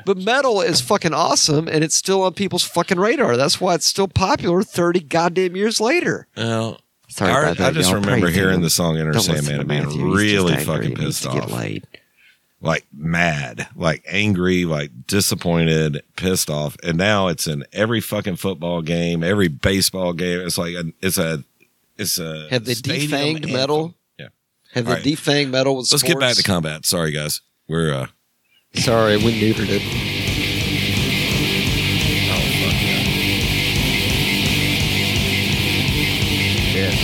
But metal is fucking awesome, and it's still on people's fucking radar. That's why it's still popular thirty goddamn years later. Well, Sorry I- about that. I just y'all. remember Praise hearing him. the song Inner Don't listen Sandman to and being Matthew. He's really just angry. fucking He needs pissed to get off. laid. Like mad, like angry, like disappointed, pissed off. And now it's in every fucking football game, every baseball game. It's like, a, it's a, it's a. Have they stadium defanged anthem. metal? Yeah. Have All the right. defang metal with Let's get back to sports? combat. Sorry, guys. We're, uh, Sorry, we neutered it. oh, fuck yeah.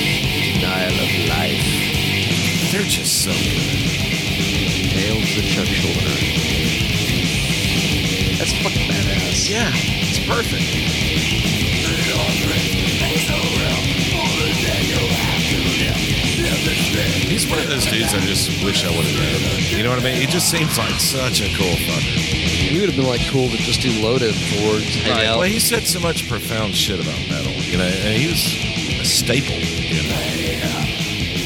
Denial of life. They're just so good. Hails the Chuck Schuldiner. That's fucking badass. Yeah, it's perfect. He's one of those dudes I just wish I would have known. about. You know what I mean? He just seems like such a cool fucker. You would have been like cool to just do loaded for hang Right. out. Well, he said so much profound shit about metal. You know, and he was a staple. You know?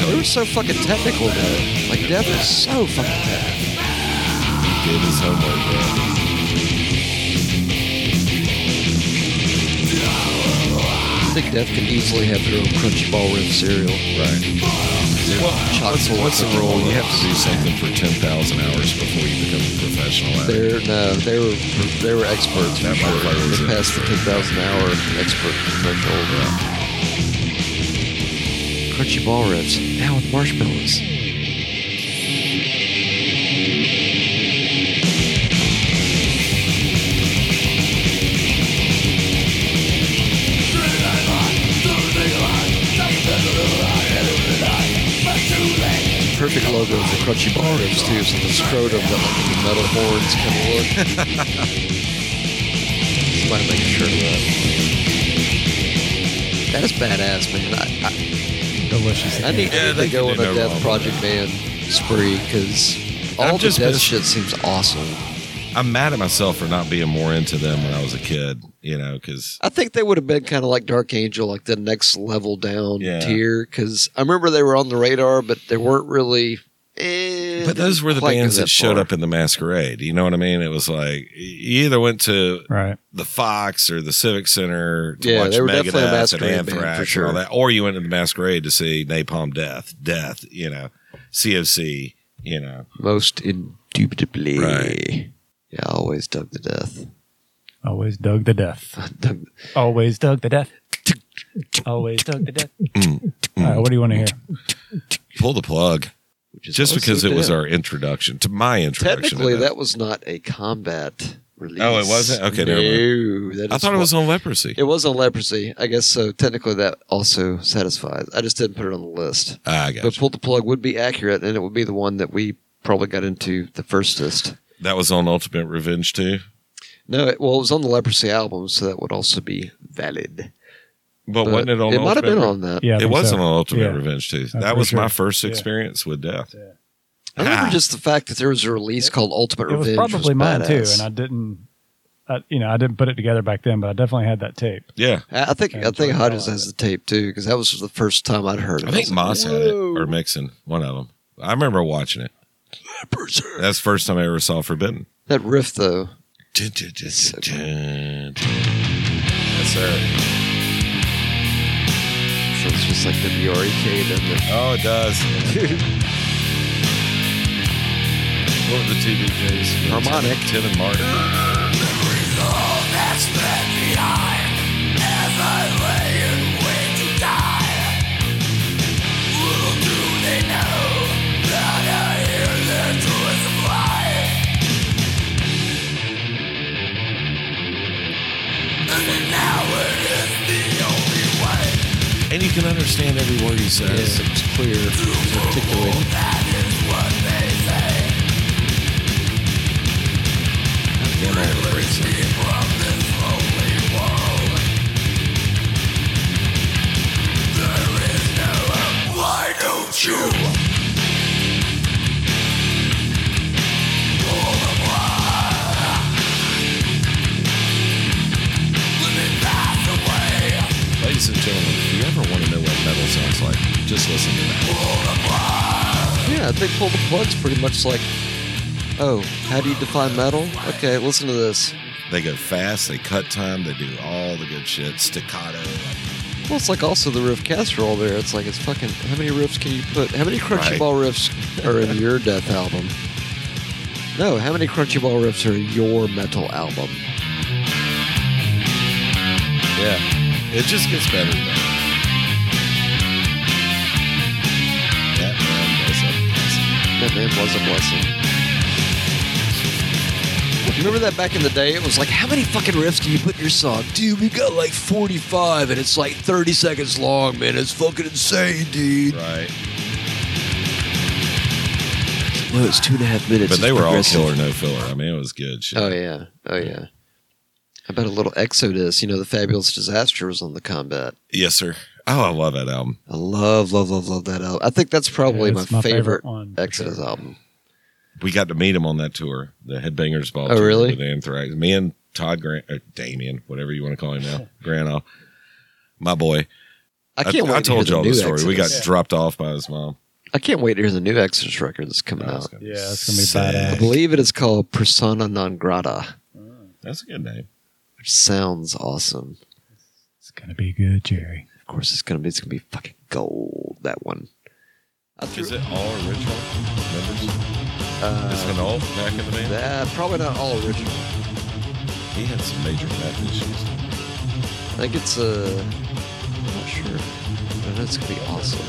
They were so fucking technical though. Like Death is so fucking technical. He did his homework. Bro. I think Death can easily have their own crunchy ball rib cereal. Right. Chock What's, full of what's the crunchy rule? ball You have ribs. to do something for ten thousand hours before you become a professional. At it. They're no, they were they were experts for That sure. motherfucker was They an passed the ten thousand hour expert threshold. Crunchy ball ribs now with marshmallows. Perfect logo for crunchy ball ribs too, so the scrotum got like the metal horns kind of look. Might make a shirt of that. That is badass, man. I, I, Delicious. I need Yeah, you they to go on can do a no Death wrong Project with Man spree because all I'm the just Death pissed. shit seems awesome. I'm mad at myself for not being more into them when I was a kid. You know, because I think they would have been kind of like Dark Angel, like the next level down Yeah. tier. Because I remember they were on the radar, but they weren't really. eh, But those were the quite bands go that showed far. up in the masquerade. You know what I mean? It was like you either went to Right. the Fox or the Civic Center to Yeah, watch they were Megadeth definitely a and masquerade band, for Anthrax sure. and all that, or you went to the masquerade to see Napalm Death, Death. You know, CFC. You know, most indubitably. Right. Yeah, I always dug to death. [laughs] Always dug the death. Dug- Always dug the death. Always dug the death. Mm. All right, what do you want to hear? pull the plug. which is Just also because it was death. our introduction to my introduction. to Technically, Death. that was not a combat release. Oh, it wasn't? Okay, never no, that I is thought it wha- was on leprosy. It was on leprosy, I guess. So technically, that also satisfies. I just didn't put it on the list. Ah, I But got pull the plug would be accurate, and it would be the one that we probably got into the firstest. That was on Ultimate Revenge too. No, it, well, it was on the leprosy album, so that would also be valid. But, wasn't it on? It might have been Ultimate- on that. Yeah, I it think was so. on Ultimate Yeah. Revenge too. I'm that was pretty my sure. first Yeah. experience with death. I remember Ah. just the fact that there was a release called Ultimate It Revenge. was probably mine too, badass. and I didn't. I, you know, I didn't put it together back then, but I definitely had that tape. Yeah, I I think And I think Jordan Hodges Bell had has the tape too because that was the first time I'd heard it. I think was like, Moss had it "Whoa." or Mixon, one of them. I remember watching it. That's the first time I ever saw Forbidden. that riff though. Dun, dun, dun, dun, dun. Yes, sir. So it's just like the BREK then the Oh, it does. [laughs] what were the two DJs? Harmonic. Tim and Martin. And you can understand every word he says. It's clear, it's articulated. Damn, I had a great song. Ladies and gentlemen, if you ever want to know what metal sounds like, just listen to that. Yeah, I think pull the plug's pretty much like oh, how do you define metal? Okay, listen to this. They go fast, they cut time, they do all the good shit. Staccato. Well, it's like also the riff casserole there. It's like it's fucking. How many riffs can you put? How many crunchy Right. ball riffs are in your death album? No, how many crunchy ball riffs are in your metal album? Yeah. It just gets better and better. That man was a blessing. That man was a blessing. Remember that back in the day? It was like, how many fucking riffs can you put in your song? Dude, we got like 45 and it's like 30 seconds long, man. It's fucking insane, dude. Right. No, it's two and a half minutes. But It's they were all progressive. killer, no filler. I mean, it was good shit. Oh, yeah. Oh, yeah. I bet a little Exodus, you know, the Fabulous Disaster was on the combat. Yes, sir. Oh, I love that album. I love, love, love, love that album. I think that's probably Yeah, my, it's my favorite favorite, one, for Exodus sure. album. We got to meet him on that tour, the Headbangers Ball Oh, tour really? with Anthrax. Me and Todd Grant, or Damien, whatever you want to call him now, Grandma, my boy. I can't wait. I to hear told y'all the new story. We got Exodus. dropped off by his mom. I can't wait to hear the new Exodus record that's coming That was out. gonna be Yeah, it's gonna be sick. badass. I believe it is called Persona Non Grata, That's a good name. which sounds awesome. It's gonna be good, Jerry. Of course, it's gonna be it's gonna be fucking gold. That one. I threw, Is it all original members? Is it all back in the band? Nah, uh, probably not all original. He had some major back issues. I think it's Uh, I'm not sure. But I know it's gonna be awesome.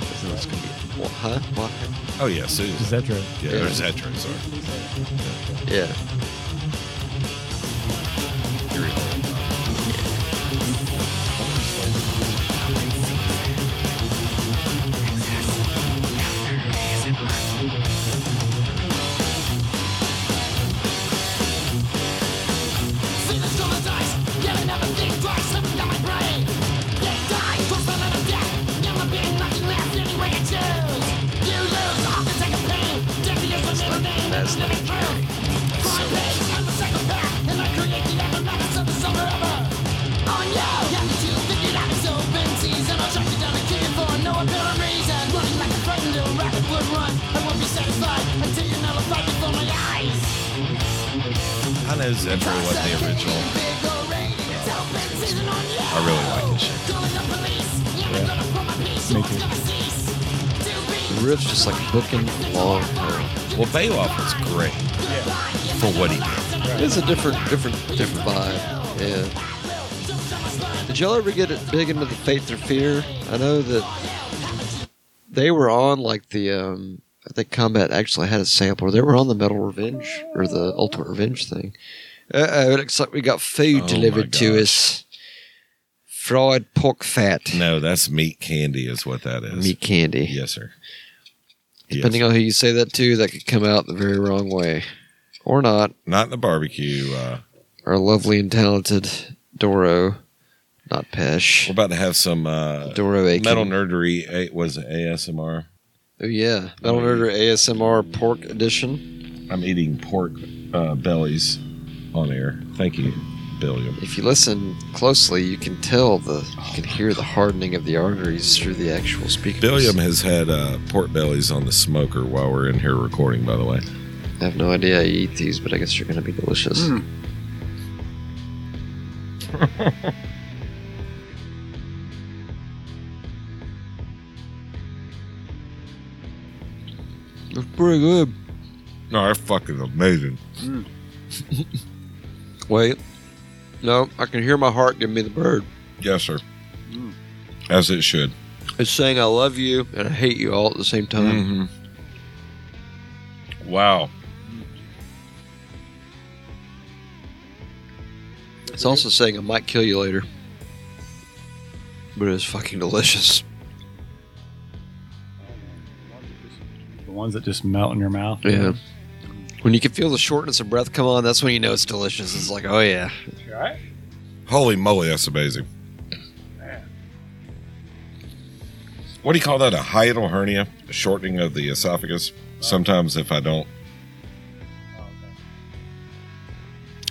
I know it's gonna be. What, huh? What? Oh yeah, Susan. Is that true? yeah, yeah. there's that track. Sorry. Yeah. I know Zephyr was the original. I really like this shit. Me too. The riff's just like booking long. Term. Well, Bailoff was great for what he did. It's a different, different, different vibe. Yeah. Did y'all ever get it big into the Faith or Fear? I know that they were on like the um I think Combat actually had a sampler. They were on the Metal Revenge or the Ultimate Revenge thing. Uh oh, it looks like we got food Oh delivered my to gosh. us. Fried pork fat, No, that's meat candy, is what that is. meat candy. Yes, sir. Yes. Depending on who you say that to, that could come out the very wrong way. Or not. Not in the barbecue. Uh, Our lovely and talented Doro, not we're Pesh. about to have some uh, Doro Aiken. metal nerdery. A, was it ASMR? Oh, yeah. Metal Nerder ASMR Pork Edition. I'm eating pork uh, bellies on air. Thank you, Billiam. If you listen closely, you can tell the, you can hear the hardening of the arteries through the actual speakers. Billiam has had uh, pork bellies on the smoker while we're in here recording. By the way, I have no idea I eat these, but I guess they're going to be delicious. [laughs] It's pretty good. no, they're fucking amazing. Wait. No, I can hear my heart give me the bird. Yes, sir. As it should. It's saying I love you and I hate you all at the same Hmm. time. Mhm. Wow. It's also saying I might kill you later. But it's fucking delicious. The ones that just melt in your mouth. Yeah. When you can feel the shortness of breath come on, that's when you know it's delicious. It's like, oh yeah. Right? Holy moly, that's amazing. What do you call that? A hiatal hernia? A shortening of the esophagus? Sometimes if I don't.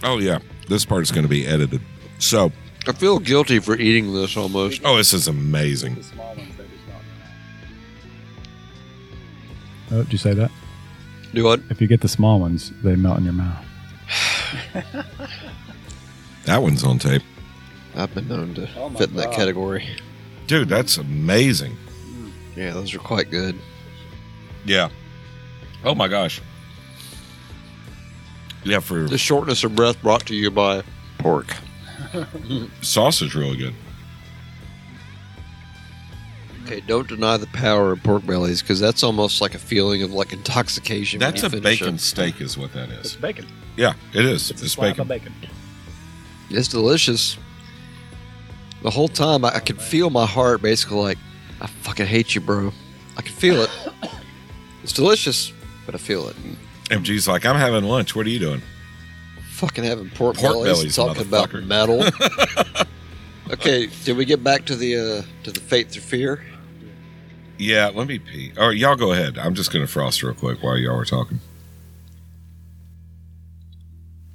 Oh, yeah. This part's going to be edited. So, I feel guilty for eating this almost. oh, this is amazing. small ones that just melt in your mouth. Oh, did you say that? Do what? If you get the small ones, they melt in your mouth. That one's on tape. I've been known to Oh my fit in that God. category. Dude, that's amazing. Yeah, those are quite good. Yeah. Oh, my gosh. Yeah, for The shortness of breath brought to you by [laughs] pork. sauce is really good. Okay, don't deny the power of pork bellies because that's almost like a feeling of like intoxication. when That's you a finish bacon it. steak, is what that is. bacon. Yeah, it is. It's, bacon. It's delicious. The whole time I, I could feel my heart basically like, I fucking hate you, bro. I can feel it. it's delicious, but I feel it. MG's like, I'm having lunch. What are you doing? Fucking having pork, Pork bellies, bellies, talking about motherfucker. metal. [laughs] okay, did we get back to the uh, to the faith through fear? Yeah, let me pee. All right, y'all go ahead. I'm just gonna frost real quick while y'all are talking.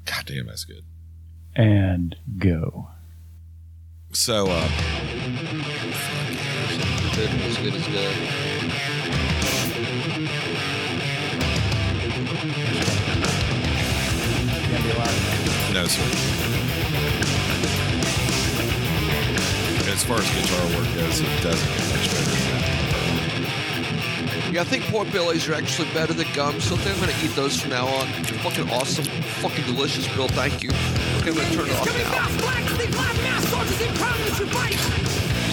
God damn, that's good. And go. So, uh, Good, as good as good. no, sir. As far as guitar work goes, it doesn't get much better than that. Yeah, I think pork bellies are actually better than gums. So I think I'm gonna eat those from now on. Fucking awesome, fucking delicious, Bill. Thank you. Okay, I'm gonna turn it off Coming now. mouse blacks, they blind mouse soldiers, improvidence you fight.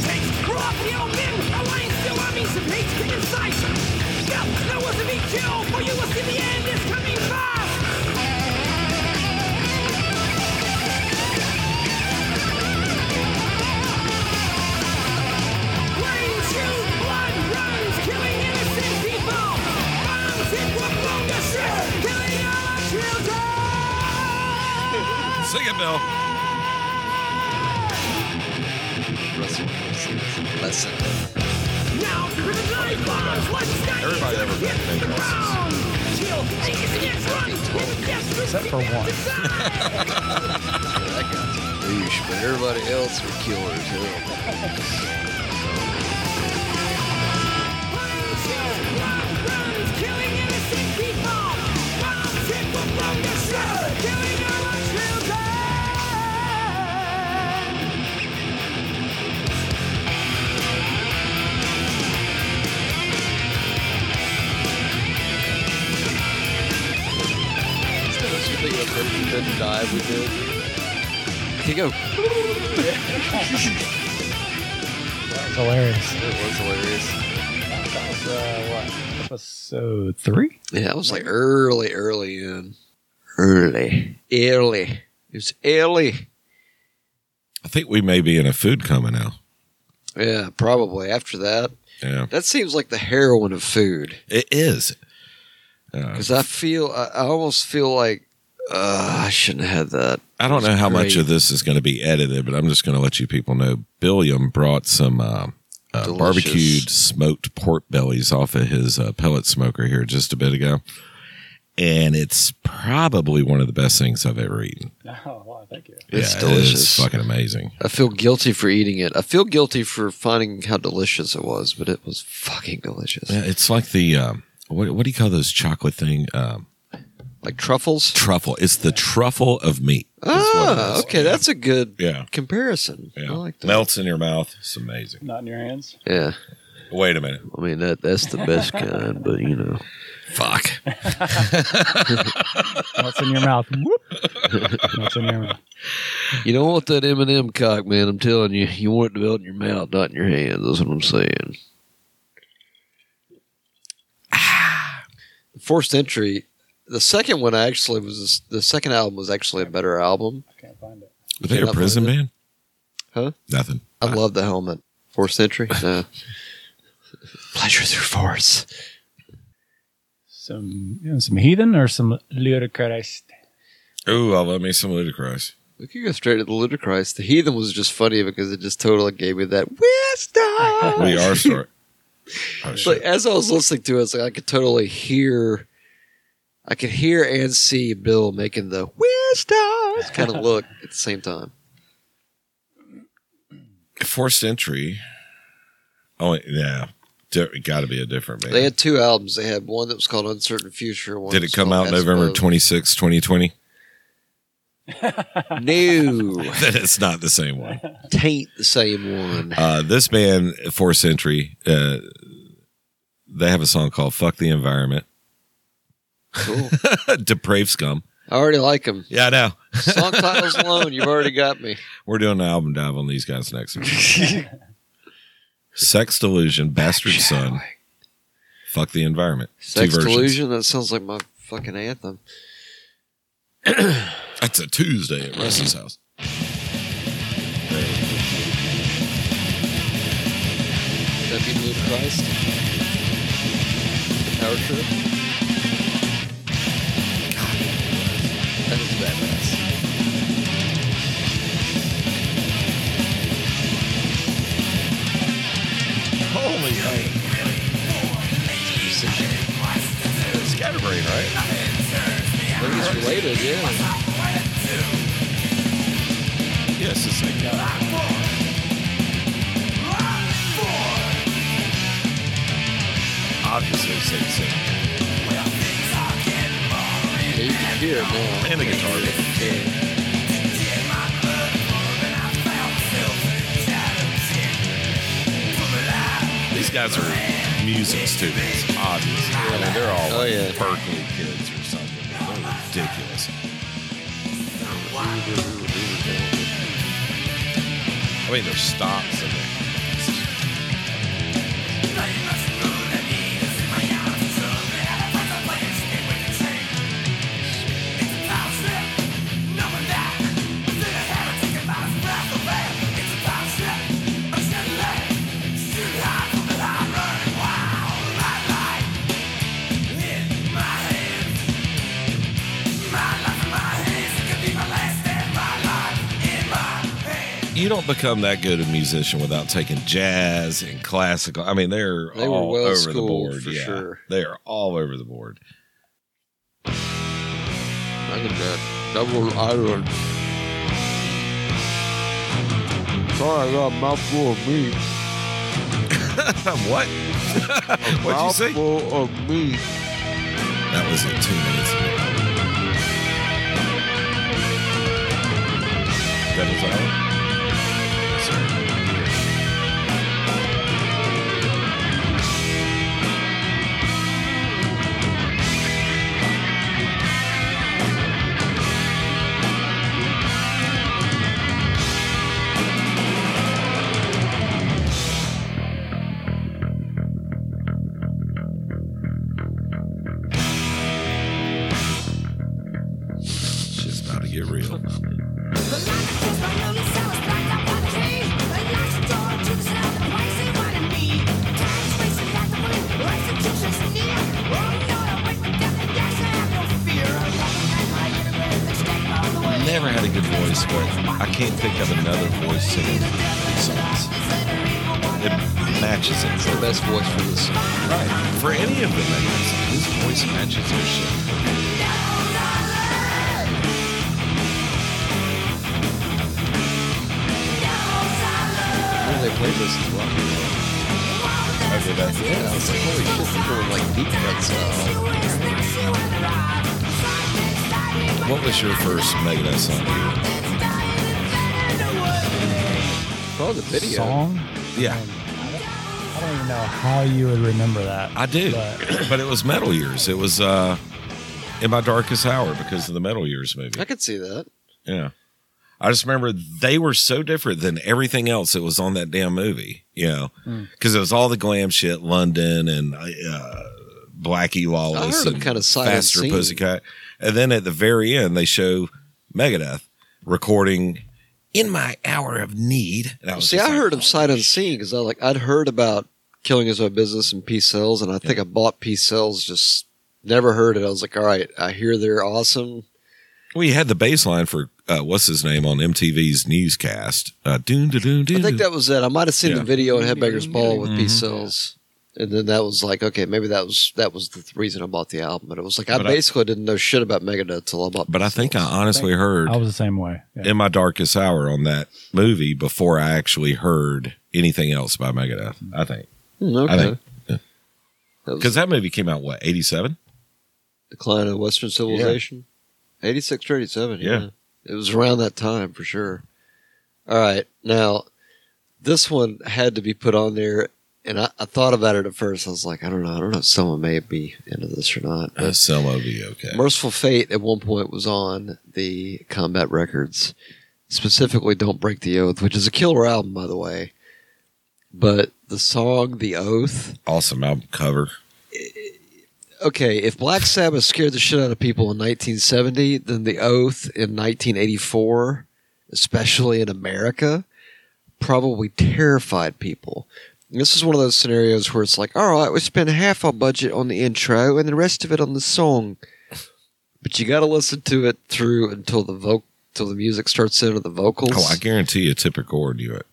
Snakes grow up the old men, alliance still armies of hate kick in sight. Yep, there was to be killed, for you will see the end is coming fast. Flames shoot, blood runs, killing innocent people. Bombs hit Wapunga ships, killing our children. Sing it, Bill. Russell Wilson lesson. Now, with life bombs, what's that? Everybody ever been hit the to ground. Kill, ace, get drunk, and death Except for one. That guy's a douche, but everybody else were killers. Hell. runs, killing innocent people. Bombs hit the bunker, killing our children. Instead of shooting up there, we didn't dive, we did. Here you go. That's hilarious. It was hilarious. Uh, what? Episode three? Yeah, it was like early, early in. Early. Early. It was early. I think we may be in a food coma now. Yeah, probably after that. Yeah, That seems like the heroin of food. it is. Uh, Because I feel, I, I almost feel like, uh, I shouldn't have had that. I don't know how much great. of this is going to be edited, but I'm just going to let you people know. Billiam brought some uh, uh, Delicious. barbecued smoked pork bellies off of his uh, pellet smoker here just a bit ago, and it's probably one of the best things I've ever eaten. Oh, wow, thank you. It's Yeah, delicious. It's fucking amazing. I feel guilty for eating it. I feel guilty for finding how delicious it was, but it was fucking delicious. Yeah, it's like the um, what, what do you call those chocolate thing? Um, Like truffles. truffle. It's the truffle of meat. is what it Ah, is. okay, that's a good Yeah. comparison. yeah. I like that. melts in your mouth. It's amazing. Not in your hands. Yeah, Wait a minute. I mean that that's the [laughs] best kind, but you know, Fuck. What's in your mouth? Whoop. What's in your mouth? you don't want that M and M cock, man. I'm telling you, you want it to melt in your mouth, not in your hands. That's what I'm saying. Ah. Forced entry. The second one actually was the second album was actually a better album. I can't find it. Were they a prison band? Huh? Nothing. I love the helmet. Forced [laughs] entry. No. Pleasure through force. Some you know, some heathen or some ludicrous. Ooh, I love me some Ludacris. We could go straight to the Ludicrous. The heathen was just funny because it just totally gave me that wisdom. [laughs] We are short. Oh, Like shit. as I was listening to it, it's like I could totally hear, I could hear and see Bill making the wisdom kind of look at the same time. Forced entry. Oh yeah, Di- got to be a different band. They had two albums. They had one that was called Uncertain Future. One Did that it was come called out November Explode. 26, 2020? No, [laughs] Then it's not the same one. taint the same one. Uh, this band, Fourth Century, uh, they have a song called "Fuck the Environment." [laughs] Cool. Depraved scum. I already like them. Yeah, I know. Song [laughs] titles alone, you've already got me. We're doing an album dive on these guys next week. [laughs] Sex delusion, bastard son. Fuck the environment. Sex Two versions. delusion. That sounds like my fucking anthem. That's a Tuesday at Russ's house. That be Luke Christ. The power trip. That is badass. Holy hell. It's Scatterbrain, right? I think it's related, yeah. Yes, it's like uh, Obviously, uh, same thing. yeah you can hear it now. And a guitar. These guys are music students, obviously. I mean, they're all Oh, yeah. Berkeley kids or something. They're ridiculous. I mean, there's stops in there. You don't become that good a musician without taking jazz and classical. I mean, they're They were all well over the schooled, board. for yeah, sure. they are all over the board. Look at that. Double iron. Sorry, I got a mouthful of meat. [laughs] what? [laughs] What'd you say? Mouthful of meat. That was at two minutes. That was all. Yes, sir. good voice, but I can't think of another voice singing these songs. It matches it. It's the best voice for this. Right. For any of the members, his voice matches their shit. When they played this as well. Okay, that's it. Yeah, I was like, holy shit, people were like deep cuts now. What was your first Megadeth song? Probably the video. Song? Yeah, I don't even know how you would remember that. I do. But [clears throat] But, it was Metal Years. It was uh, In My Darkest Hour because of the Metal Years movie. I could see that. Yeah. I just remember they were so different than everything else that was on that damn movie, you know, because it was all the glam shit, London and uh, Blackie Lawless, heard a and kinda silent faster scene. pussycat, and then at the very end they show Megadeth recording in my hour of need. And I was See, just I like, heard of sight unseen because I like I'd heard about killing his own business and P cells, and I think I bought P cells. Just never heard it. I was like, all right, I hear they're awesome. Well, you had the bass line for uh, what's his name on MTV's newscast. Uh, doon, doon, doon, I doon, think that was it. I might have seen Yeah. Mm-hmm. the video on Headbangers Ball with P cells, and then that was like, okay, maybe that was that was the reason I bought the album. But it was like I But I- basically didn't know shit about Megadeth till I bought. But I think I P-Cells. honestly heard I was the same way. Yeah. in my darkest hour on that movie before I actually heard anything else by Megadeth. I think Hmm, I okay think. because that movie came out what eighty seven. decline of Western civilization, eighty six to eighty seven. Yeah. Yeah. it was around that time for sure. All right, now this one had to be put on there, and I, I thought about it at first. I was like, I don't know, I don't know if someone may be into this or not. But Selma will be okay. Merciful Fate at one point was on the Combat Records, specifically "Don't Break the Oath," which is a killer album, by the way. But the song "The Oath." Awesome album cover. okay, if Black Sabbath scared the shit out of people in 1970, then The Oath in 1984, especially in America, probably terrified people. And This is one of those scenarios where it's like, all right, we spent half our budget on the intro and the rest of it on the song. But you got to listen to it through until the voc until the music starts in or the vocals Oh, I guarantee you, Tipper Gore knew it.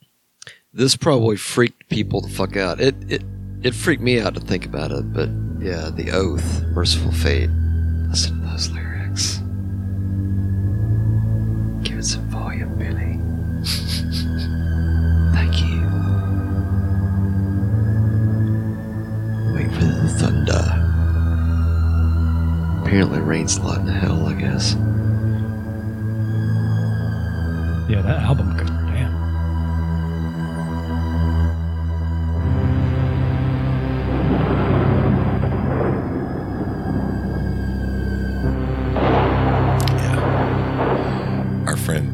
this probably freaked people the fuck out. It it it freaked me out to think about it, but yeah, the oath, merciful fate. Listen to those lyrics. Give it some volume, Billy. [laughs] Thank you. Wait for the thunder. Apparently, it rains a lot in hell. I guess. yeah, that album. Could, damn. Our friend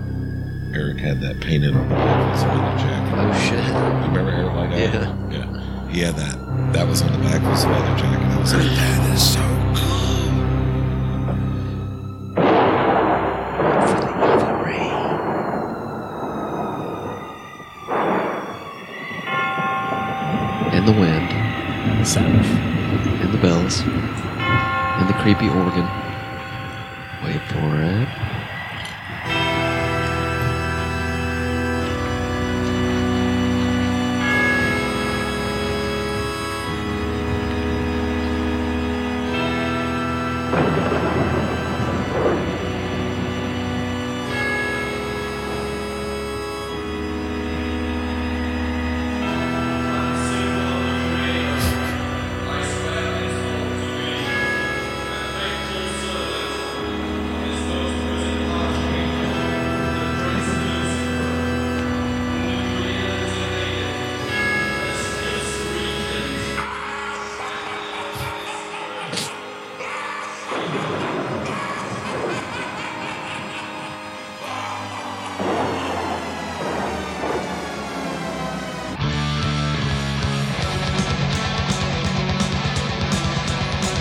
Eric had that painted on the back of his leather jacket. Oh shit. You remember Eric like Yeah. that? yeah. He had that. That was on the back of his leather jacket. I was like, that is so For the evil rain. And the wind. Sabbath. and the bells and the creepy organ. Wait for it.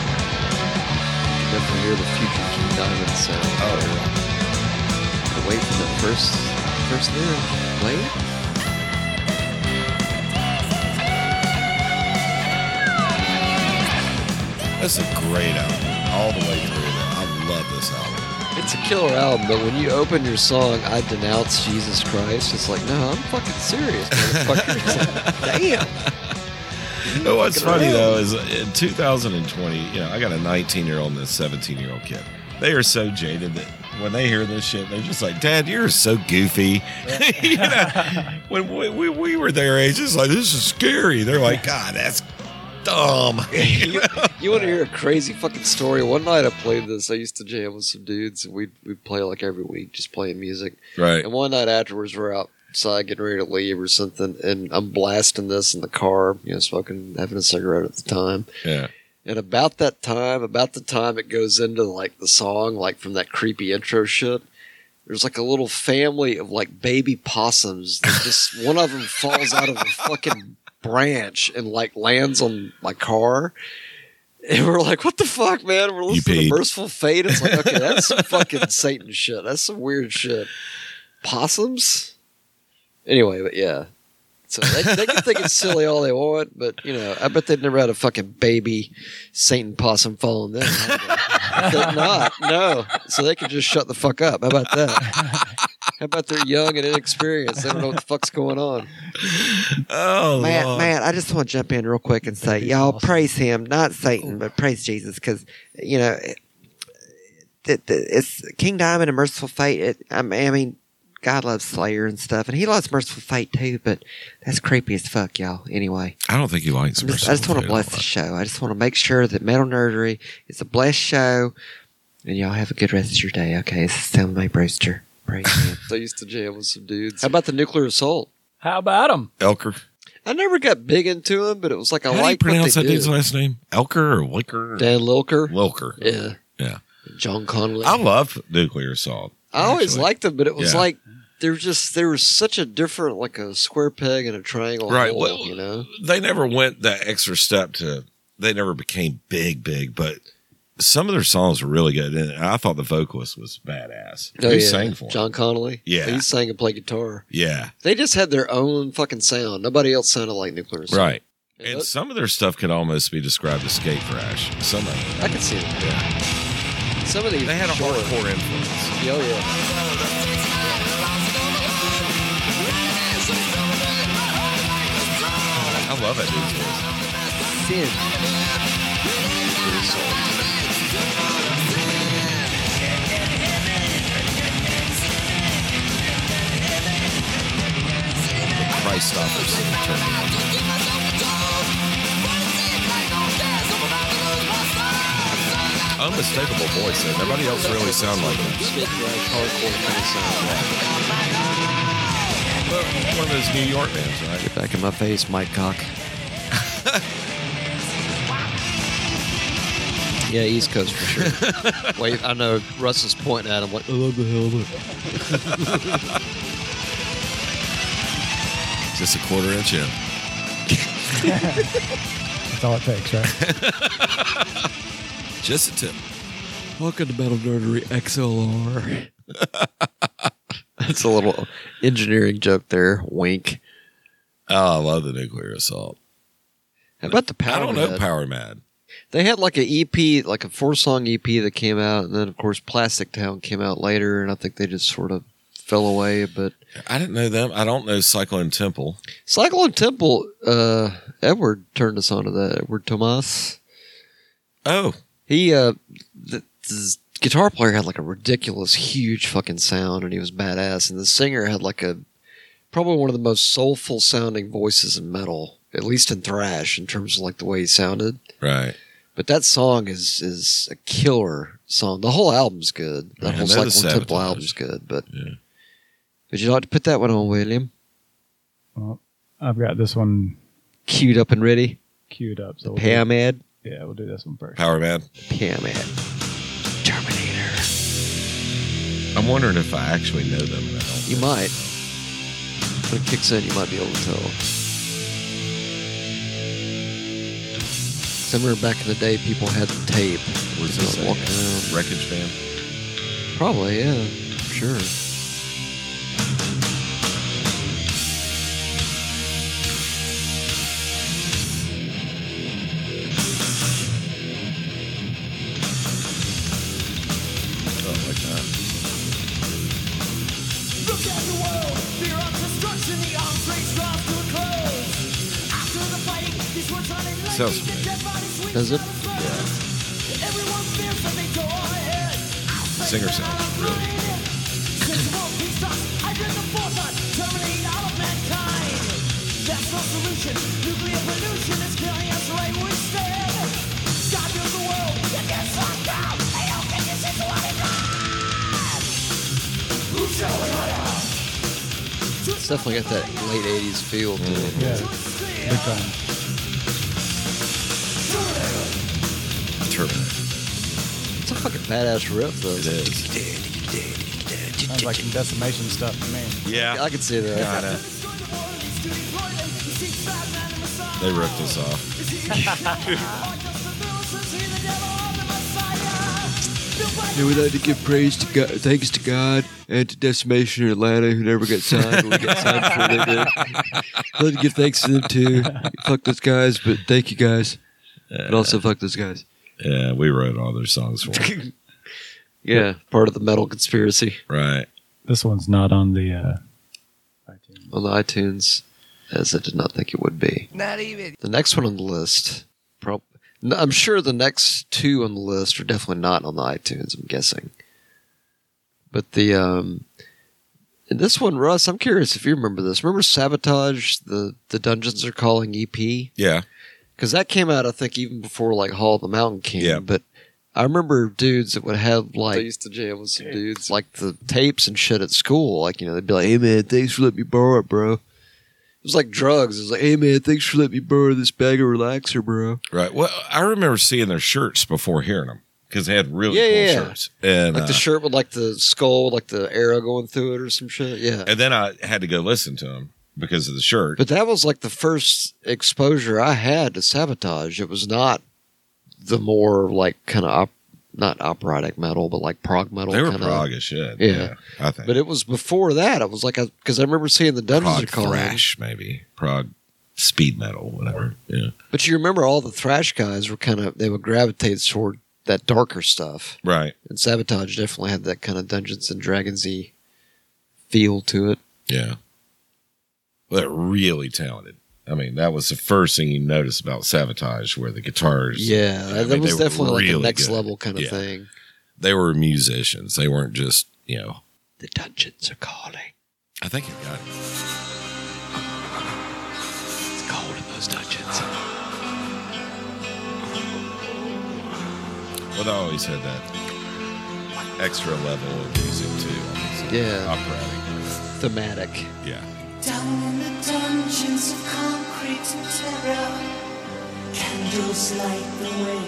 You can definitely hear the future King Diamond sound. Oh, Wait for the first first lyric. Wait. That's a great album, all the way through. I love this album. It's a killer album, but when you open your song, I denounce Jesus Christ. It's like, no, I'm fucking serious, motherfucker. It's like, [laughs] Damn. What's funny though is in 2020, you know, I got a 19 year old and a 17 year old kid. They are so jaded that when they hear this shit, they're just like, "Dad, you're so goofy." [laughs] you know, when we, we, we were their age, it's like this is scary. They're like, "God, that's dumb." [laughs] you, you want to hear a crazy fucking story? One night I played this. I used to jam with some dudes, and we'd, we'd play like every week, just playing music. right. And one night afterwards, we're outside getting ready to leave or something, and I'm blasting this in the car, you know, smoking, having a cigarette at the time. Yeah. And about that time, about the time it goes into like the song, like from that creepy intro shit, there's like a little family of like baby possums that just one of them falls out of a fucking branch and like lands on my car. And we're like, what the fuck, man? We're listening to peed. Merciful Fate. It's like, okay, that's some fucking Satan shit. That's some weird shit. Possums? Anyway, but yeah. So they, they can think it's silly all they want, but you know, I bet they've never had a fucking baby Satan possum following them. have they? They're not, no. So they can just shut the fuck up. How about that? How about they're young and inexperienced? They don't know what the fuck's going on. Oh, Matt, Lord. Matt, I just want to jump in real quick and say, He's y'all awesome. praise him, not Satan, but praise Jesus, because you know, it, it, it's King Diamond and Merciful Fate. It, I mean, I mean, God loves Slayer and stuff, and He loves Merciful Fate too. But that's creepy as fuck, y'all. Anyway, I don't think he likes. I'm just, I just want Merciful to Fate bless the show. I just want to make sure that Metal Nerdery is a blessed show, and y'all have a good rest of your day. Okay, this is Sam May Brewster. [laughs] Praise him. They used to jam with some dudes. How about the nuclear assault? How about him? a lot. Elker. I never got big into them, but it was like I How do you like what they pronounce that did. dude's last name? Elker or Wicker? Dan Lilker, Wilker. yeah, Yeah. John Conley. I love nuclear assault. I always actually. liked them, but it was Yeah. like they were just they were such a different, like a square peg and a triangle Right, hole, well- you know. they never went that extra step to they never became big big but some of their songs were really good and i thought the vocalist was badass Oh, who yeah. sang for 'em? John Connolly? Yeah. he sang and played guitar. yeah They just had their own fucking sound. Nobody else sounded like Nuclear. Assault. right Yeah, and that- some of their stuff could almost be described as skate thrash some of them I could see that. yeah. Some of these they had a sure. hardcore influence Yeah, Oh yeah. i love that dude's Sin. voice christ stoppers Turn me on. unmistakable voice though. nobody else really sound like him Skate thrash, hardcore kind of sound. But one of those new york bands right Get back in my face, Mike Cock. [laughs] yeah, East Coast for sure. [laughs] Wait, I know Russell's pointing at him like, oh, the hell look. just a quarter inch in That's all it takes, [laughs] right? just a tip Welcome to Metal Nerdery XLR. That's a little engineering joke there. Wink. Oh, I love the nuclear assault. How about the Power? I don't know Man? Power Mad. They had like an EP, like a four song EP that came out, and then of course Plastic Town came out later, and I think they just sort of fell away. But I didn't know them. I don't know Cyclone Temple. Cyclone Temple, uh, Edward turned us on to that. Edward Tomas. Oh, He, uh, the, the guitar player had like a ridiculous, huge fucking sound, and he was badass. And the singer had like a probably one of the most soulful sounding voices in metal, at least in thrash, in terms of like the way he sounded. right. But that song is is a killer song. The whole album's good. That Man, whole they're the Cyclone Temple Sabotage. album's good. But Yeah. would you like to put that one on, William? I've got this one Queued up and ready. queued up. So we'll do- Pam Ed. yeah, we'll do this one first. Power Mad. Pam Ed. Terminator. I'm wondering if I actually know them. and I don't. You might. When it kicks in, you might be able to tell. Somewhere back in the day, people had the tape. Where's People this would at? walk around. Wreckage Band. Probably, yeah. Sure. Oh, like that. Sounds familiar. Does it? Singer sounds really. It's definitely got that late 80s feel to it. Yeah, big time. Terminator. It's a fucking badass riff, though. It is. Sounds like some decimation stuff to me. I Yeah. can see that. Got it. They ripped us off. And we like to give praise to God, thanks to God, and to Decimation in Atlanta, who never got signed, but we got signed before they did. I'd like to give thanks to them too. Fuck those guys, but thank you guys. But also fuck those guys. Yeah, we wrote all their songs for [laughs] them. Yeah, part of the metal conspiracy right. This one's not on the. Uh, iTunes. on the iTunes, as I did not think it would be. Not even the next one on the list. Prob- no, I'm sure the next two on the list are definitely not on the iTunes. I'm guessing, but the um, and this one, Russ. I'm curious if you remember this. Remember Sabotage, the the Dungeons Are Calling E EP, Yeah. because that came out, I think, even before like Hall of the Mountain King. Yeah. but. I remember dudes that would have like I used to jam with some dudes like the tapes and shit at school. Like you know they'd be like, "Hey man, thanks for letting me borrow it, bro." It was like drugs. It was like, "Hey man, thanks for letting me borrow this bag of relaxer, bro." Right. Well, I remember seeing their shirts before hearing them because they had really Yeah, cool yeah, yeah. shirts. And Like the uh, shirt with like the skull, with, like the arrow going through it or some shit. Yeah. and then I had to go listen to them because of the shirt. But that was like the first exposure I had to sabotage. It was not the more like kind of op- not operatic metal, but like prog metal. they were kinda- prog as shit. Yeah. I think. But it was before that. It was like because I remember seeing the Dungeons prog are calling. thrash, maybe prog speed metal, whatever. Yeah. But you remember all the thrash guys were kind of they would gravitate toward that darker stuff. Right. And Sabotage definitely had that kind of Dungeons and Dragonsy feel to it. Yeah. Well, they're really talented. I mean, that was the first thing you noticed about Sabotage, where the guitars. Yeah, I that, mean, was they were definitely like really a next good. level kind of Yeah. thing. They were musicians. They weren't just you know. The dungeons are calling. I think you got it. It's cold in those dungeons. Well, they always had that extra level of music too. obviously. Yeah. Operatic. Thematic. Yeah. Down in the dungeons of concrete and terror, candles light the way.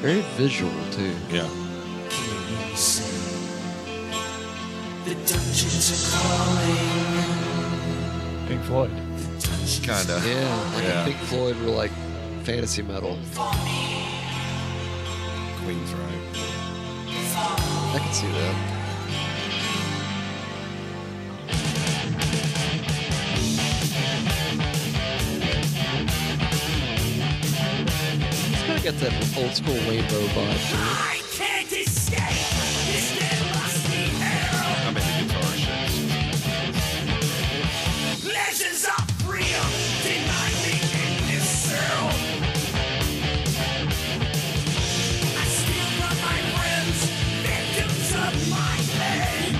Very visual too. Yeah. Can you say the dungeons are calling? Pink Floyd. The dungeons Kinda. Yeah, like Yeah. if Pink Floyd were like fantasy metal. for me. Queen's right. I can see that. It's kind of got that old school rainbow vibe. to it. I can't escape this nasty I mean, the guitar shit. Pleasures are real. Deny me in this cell. I steal from my friends, victims of my pain.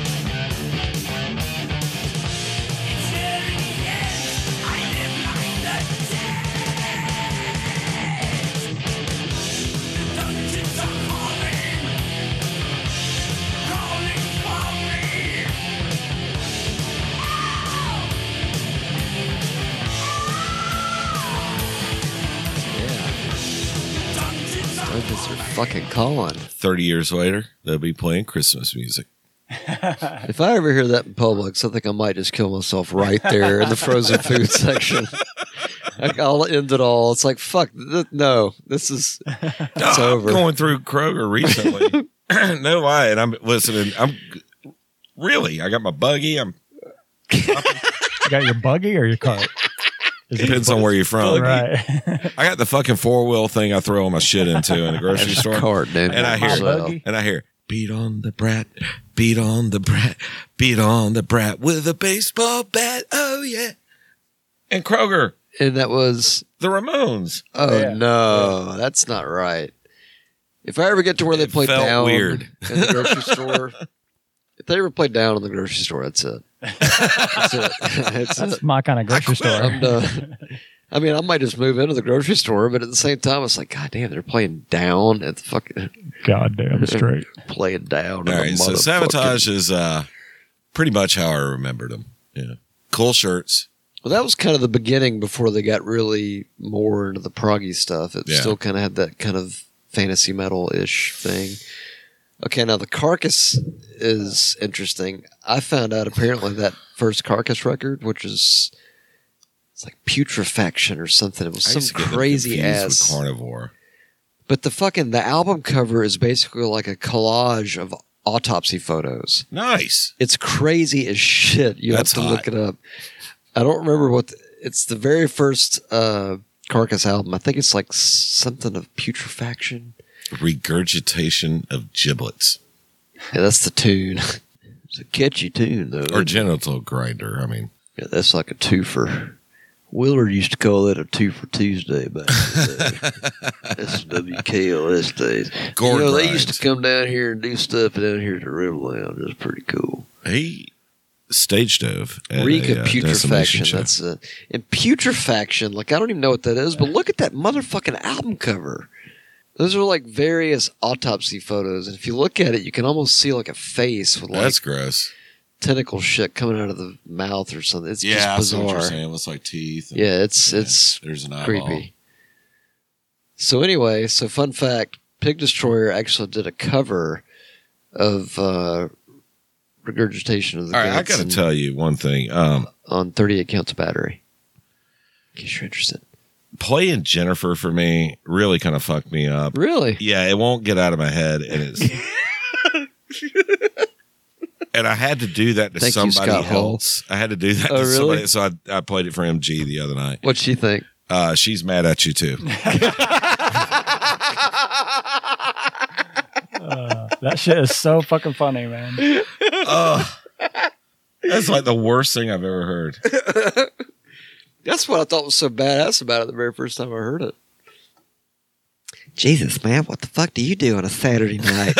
It's near the end. I live like the dead. The dungeons are calling, calling for me. Yeah, Dungeons are Dungeons are fucking calling. 30 years later, they'll be playing Christmas music. If I ever hear that in Publix, I think I might just kill myself right there in the frozen food section. Like, I'll end it all. It's like fuck. Th- no, this is [laughs] it's I'm over. Going through Kroger [laughs] recently. [clears throat] no lie, and I'm listening. I'm really. I got my buggy. I'm You got your buggy or your cart? Is [laughs] depends on where you're from. Right. [laughs] I got the fucking four wheel thing. I throw all my shit into in the [laughs] [laughs] grocery store, Card, dude. and I hear, My buggy. and I hear, beat on the brat, beat on the brat, beat on the brat with a baseball bat. Oh yeah, and Kroger. and that was The Ramones. oh Yeah. no, that's not right. If I ever get to where they It play felt down weird. in the grocery [laughs] store, if they ever play down in the grocery store, that's it. That's it. [laughs] that's it. That's my kind of grocery store. I'm done. I mean, I might just move into the grocery store, but at the same time, it's like, God damn, they're playing down at the fucking [laughs] Goddamn straight. playing down. All at the right, so motherfucking- sabotage is uh, pretty much how I remembered them. Yeah, cool shirts. Well, that was kind of the beginning before they got really more into the proggy stuff. It Yeah. still kind of had that kind of fantasy metal ish thing. Okay, now the carcass is interesting. I found out apparently that first carcass record, which is it's like putrefaction or something. It was I used to some get them crazy confused with ass. carnivore. But the fucking the album cover is basically like a collage of autopsy photos. Nice. It's crazy as shit. You That's have to hot. look it up. I don't remember what the, it's the very first uh, Carcass album. I think it's like s- something of putrefaction. Regurgitation of giblets Yeah, that's the tune. [laughs] it's a catchy tune though. or genital grinder. I mean, yeah, that's like a twofer. Willard used to call that a two for Tuesday back in the day. [laughs] That's WKLS days. gore you know, they grind. used to come down here and do stuff down here at the River Lounge. It was pretty cool. he stage dove. at Reek a, of uh, decimation putrefaction. show. That's it. And putrefaction, like I don't even know what that is, but look at that motherfucking album cover. Those are like various autopsy photos, and if you look at it, you can almost see like a face with like that's gross. tentacle shit coming out of the mouth or something. It's yeah, just I see what you're bizarre. saying. It looks like teeth. and Yeah, it's it's There's an eyeball. creepy. So anyway, so fun fact: Pig Destroyer actually did a cover of uh, regurgitation of the All right, I Guts got to and- tell you one thing. Um, on 38 counts of battery. In case you're interested. playing Jennifer for me really kind of fucked me up. Really? Yeah, it won't get out of my head, [laughs] and it's. and I had to do that to Thank you, somebody Scott Hall. else. I had to do that Oh, to really? somebody. So I, I played it for MG the other night. What'd she think? Uh, she's mad at [laughs] you too. Uh, that shit is so fucking funny, man. That's like the worst thing I've ever heard. That's what I thought was so badass about it the very first time I heard it. Jesus, man, what the fuck do you do on a [laughs] Saturday night?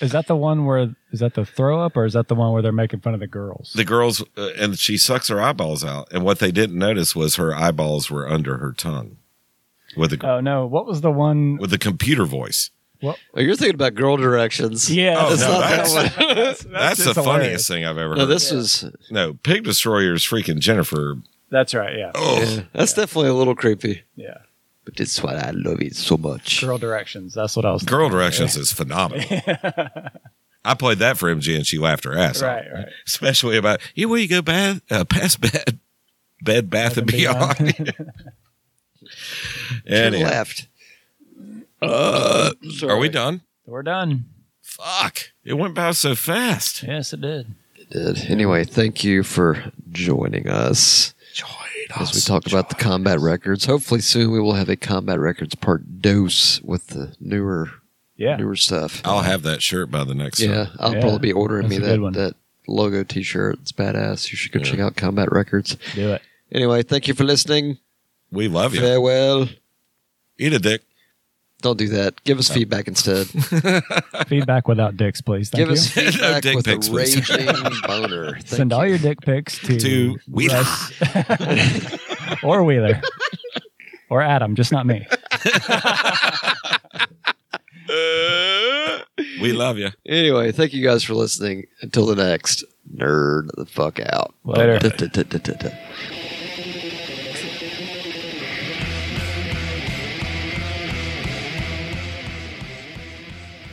Is that the one where is that the throw up or is that the one where they're making fun of the girls? The girls uh, and she sucks her eyeballs out, and what they didn't notice was her eyeballs were under her tongue with the oh no, what was the one? with the computer voice. oh, you're thinking about girl directions. Yeah, Oh, that's no, not that's- that one. that's, That's, just the hilarious. funniest thing I've [laughs] ever heard. No, this was No, Pig Destroyer's freaking Jennifer. That's right. Yeah, Oh, yeah, that's definitely a little creepy. yeah. But that's why I love it so much. Girl directions. That's what I was. Girl Directions is [laughs] phenomenal. I played that for MG and she laughed her ass off. Right, right. Especially about you where you go bath uh, past bed bed bath and Beyond. beyond. [laughs] Turn anyway, Uh, left. are we done? We're done. Fuck. It went by so fast. Yes, it did. did. Anyway, thank you for joining us. Join us. As we talk about the combat records. Hopefully soon we will have a combat records part dose with the newer Yeah. newer stuff. I'll have that shirt by the next yeah, time. I'll Yeah, probably be ordering that's me a good that one. that logo t shirt. It's badass. You should go check out combat records. Do it. Anyway, thank you for listening. We love you. Farewell. Eat a dick. Don't do that. Give us feedback instead. [laughs] Feedback without dicks, please. Thank Give you. us [laughs] No feedback dick with pics, a please. raging [laughs] boner. [laughs] Thank Send all you. your dick pics to, To Wheeler. Russ- or Wheeler or Adam, just not [laughs] me. [laughs] We love you. Anyway, thank you guys for listening. Until the next, nerd the fuck out. Later. Da-da-da-da-da-da.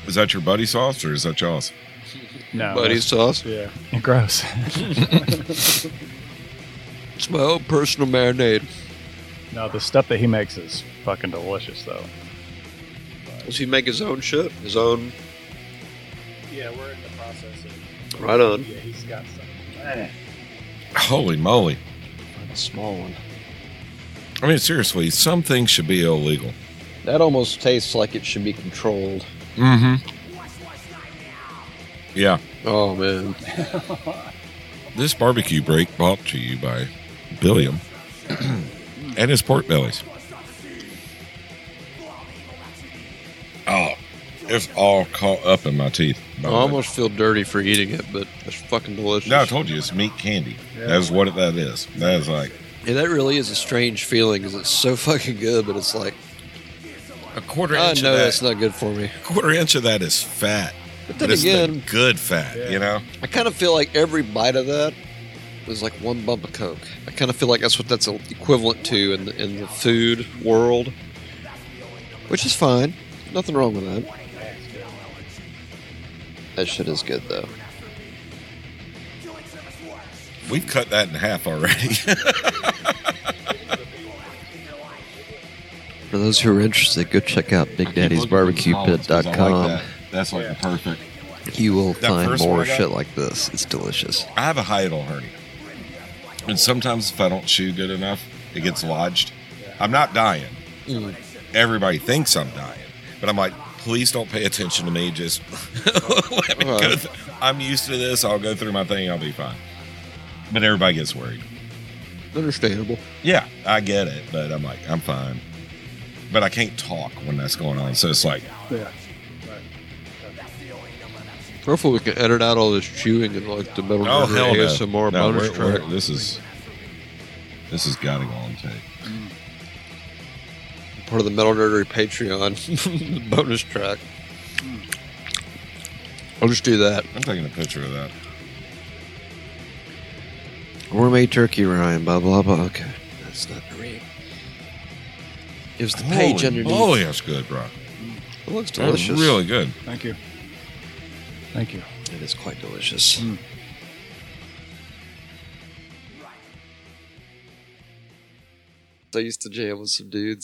Is that your buddy sauce or is that y'all's? No, Buddy sauce. Yeah, gross. It's my own personal marinade. no, the stuff that he makes is fucking delicious, though. Does he make his own shit? His own. Yeah, we're in the process. Eh. Right on. Yeah, he's got Holy moly. A small one. I mean, seriously, some things should be illegal. That almost tastes like it should be controlled. Mm-hmm. Yeah. Oh man. This barbecue break brought to you by Billiam. [clears throat] and his pork belly. Oh, it's all caught up in my teeth. I almost feel dirty for eating it, but it's fucking delicious. No, I told you it's meat candy. That's what that is. That is like and that really is a strange feeling because it's so fucking good, but it's like, a quarter I inch. know of that, that's not good for me. a quarter inch of that is fat. But then it's the again- good fat. You know, I kind of feel like every bite of that was like one bump of coke. I kind of feel like that's what that's equivalent to in the, in the food world, which is fine. Nothing wrong with that. That shit is good though. we've cut that in half already. For those who are interested, go check out [laughs] I like BigDaddy'sBarbecuePit.com. that. That's like the perfect. You will That find first one more I got- shit like this. It's delicious. I have a hiatal hernia, and sometimes if I don't chew good enough, it gets lodged. I'm not dying. Mm. Everybody thinks I'm dying, but I'm like, please don't pay attention to me. Just [laughs] let me go. Th- I'm used to this. I'll go through my thing. I'll be fine. But everybody gets worried. Understandable. Yeah, I get it, but I'm like, I'm fine. But I can't talk when that's going on, so it's like, Yeah. Hopefully, we can edit out all this chewing and like the metal oh hell no. nerdery ASMR No, bonus we're- we're- track. this is this has got to go on tape. part of the Metal Nerdery Patreon [laughs] bonus track. I'll just do that. I'm taking a picture of that. Gourmet turkey rhyme, blah, blah, blah. Okay. That's not great. It was the Holy page underneath. moly, that's good, bro. It looks That's delicious. really good. Thank you. Thank you. It is quite delicious. Hmm. I used to jam with some dudes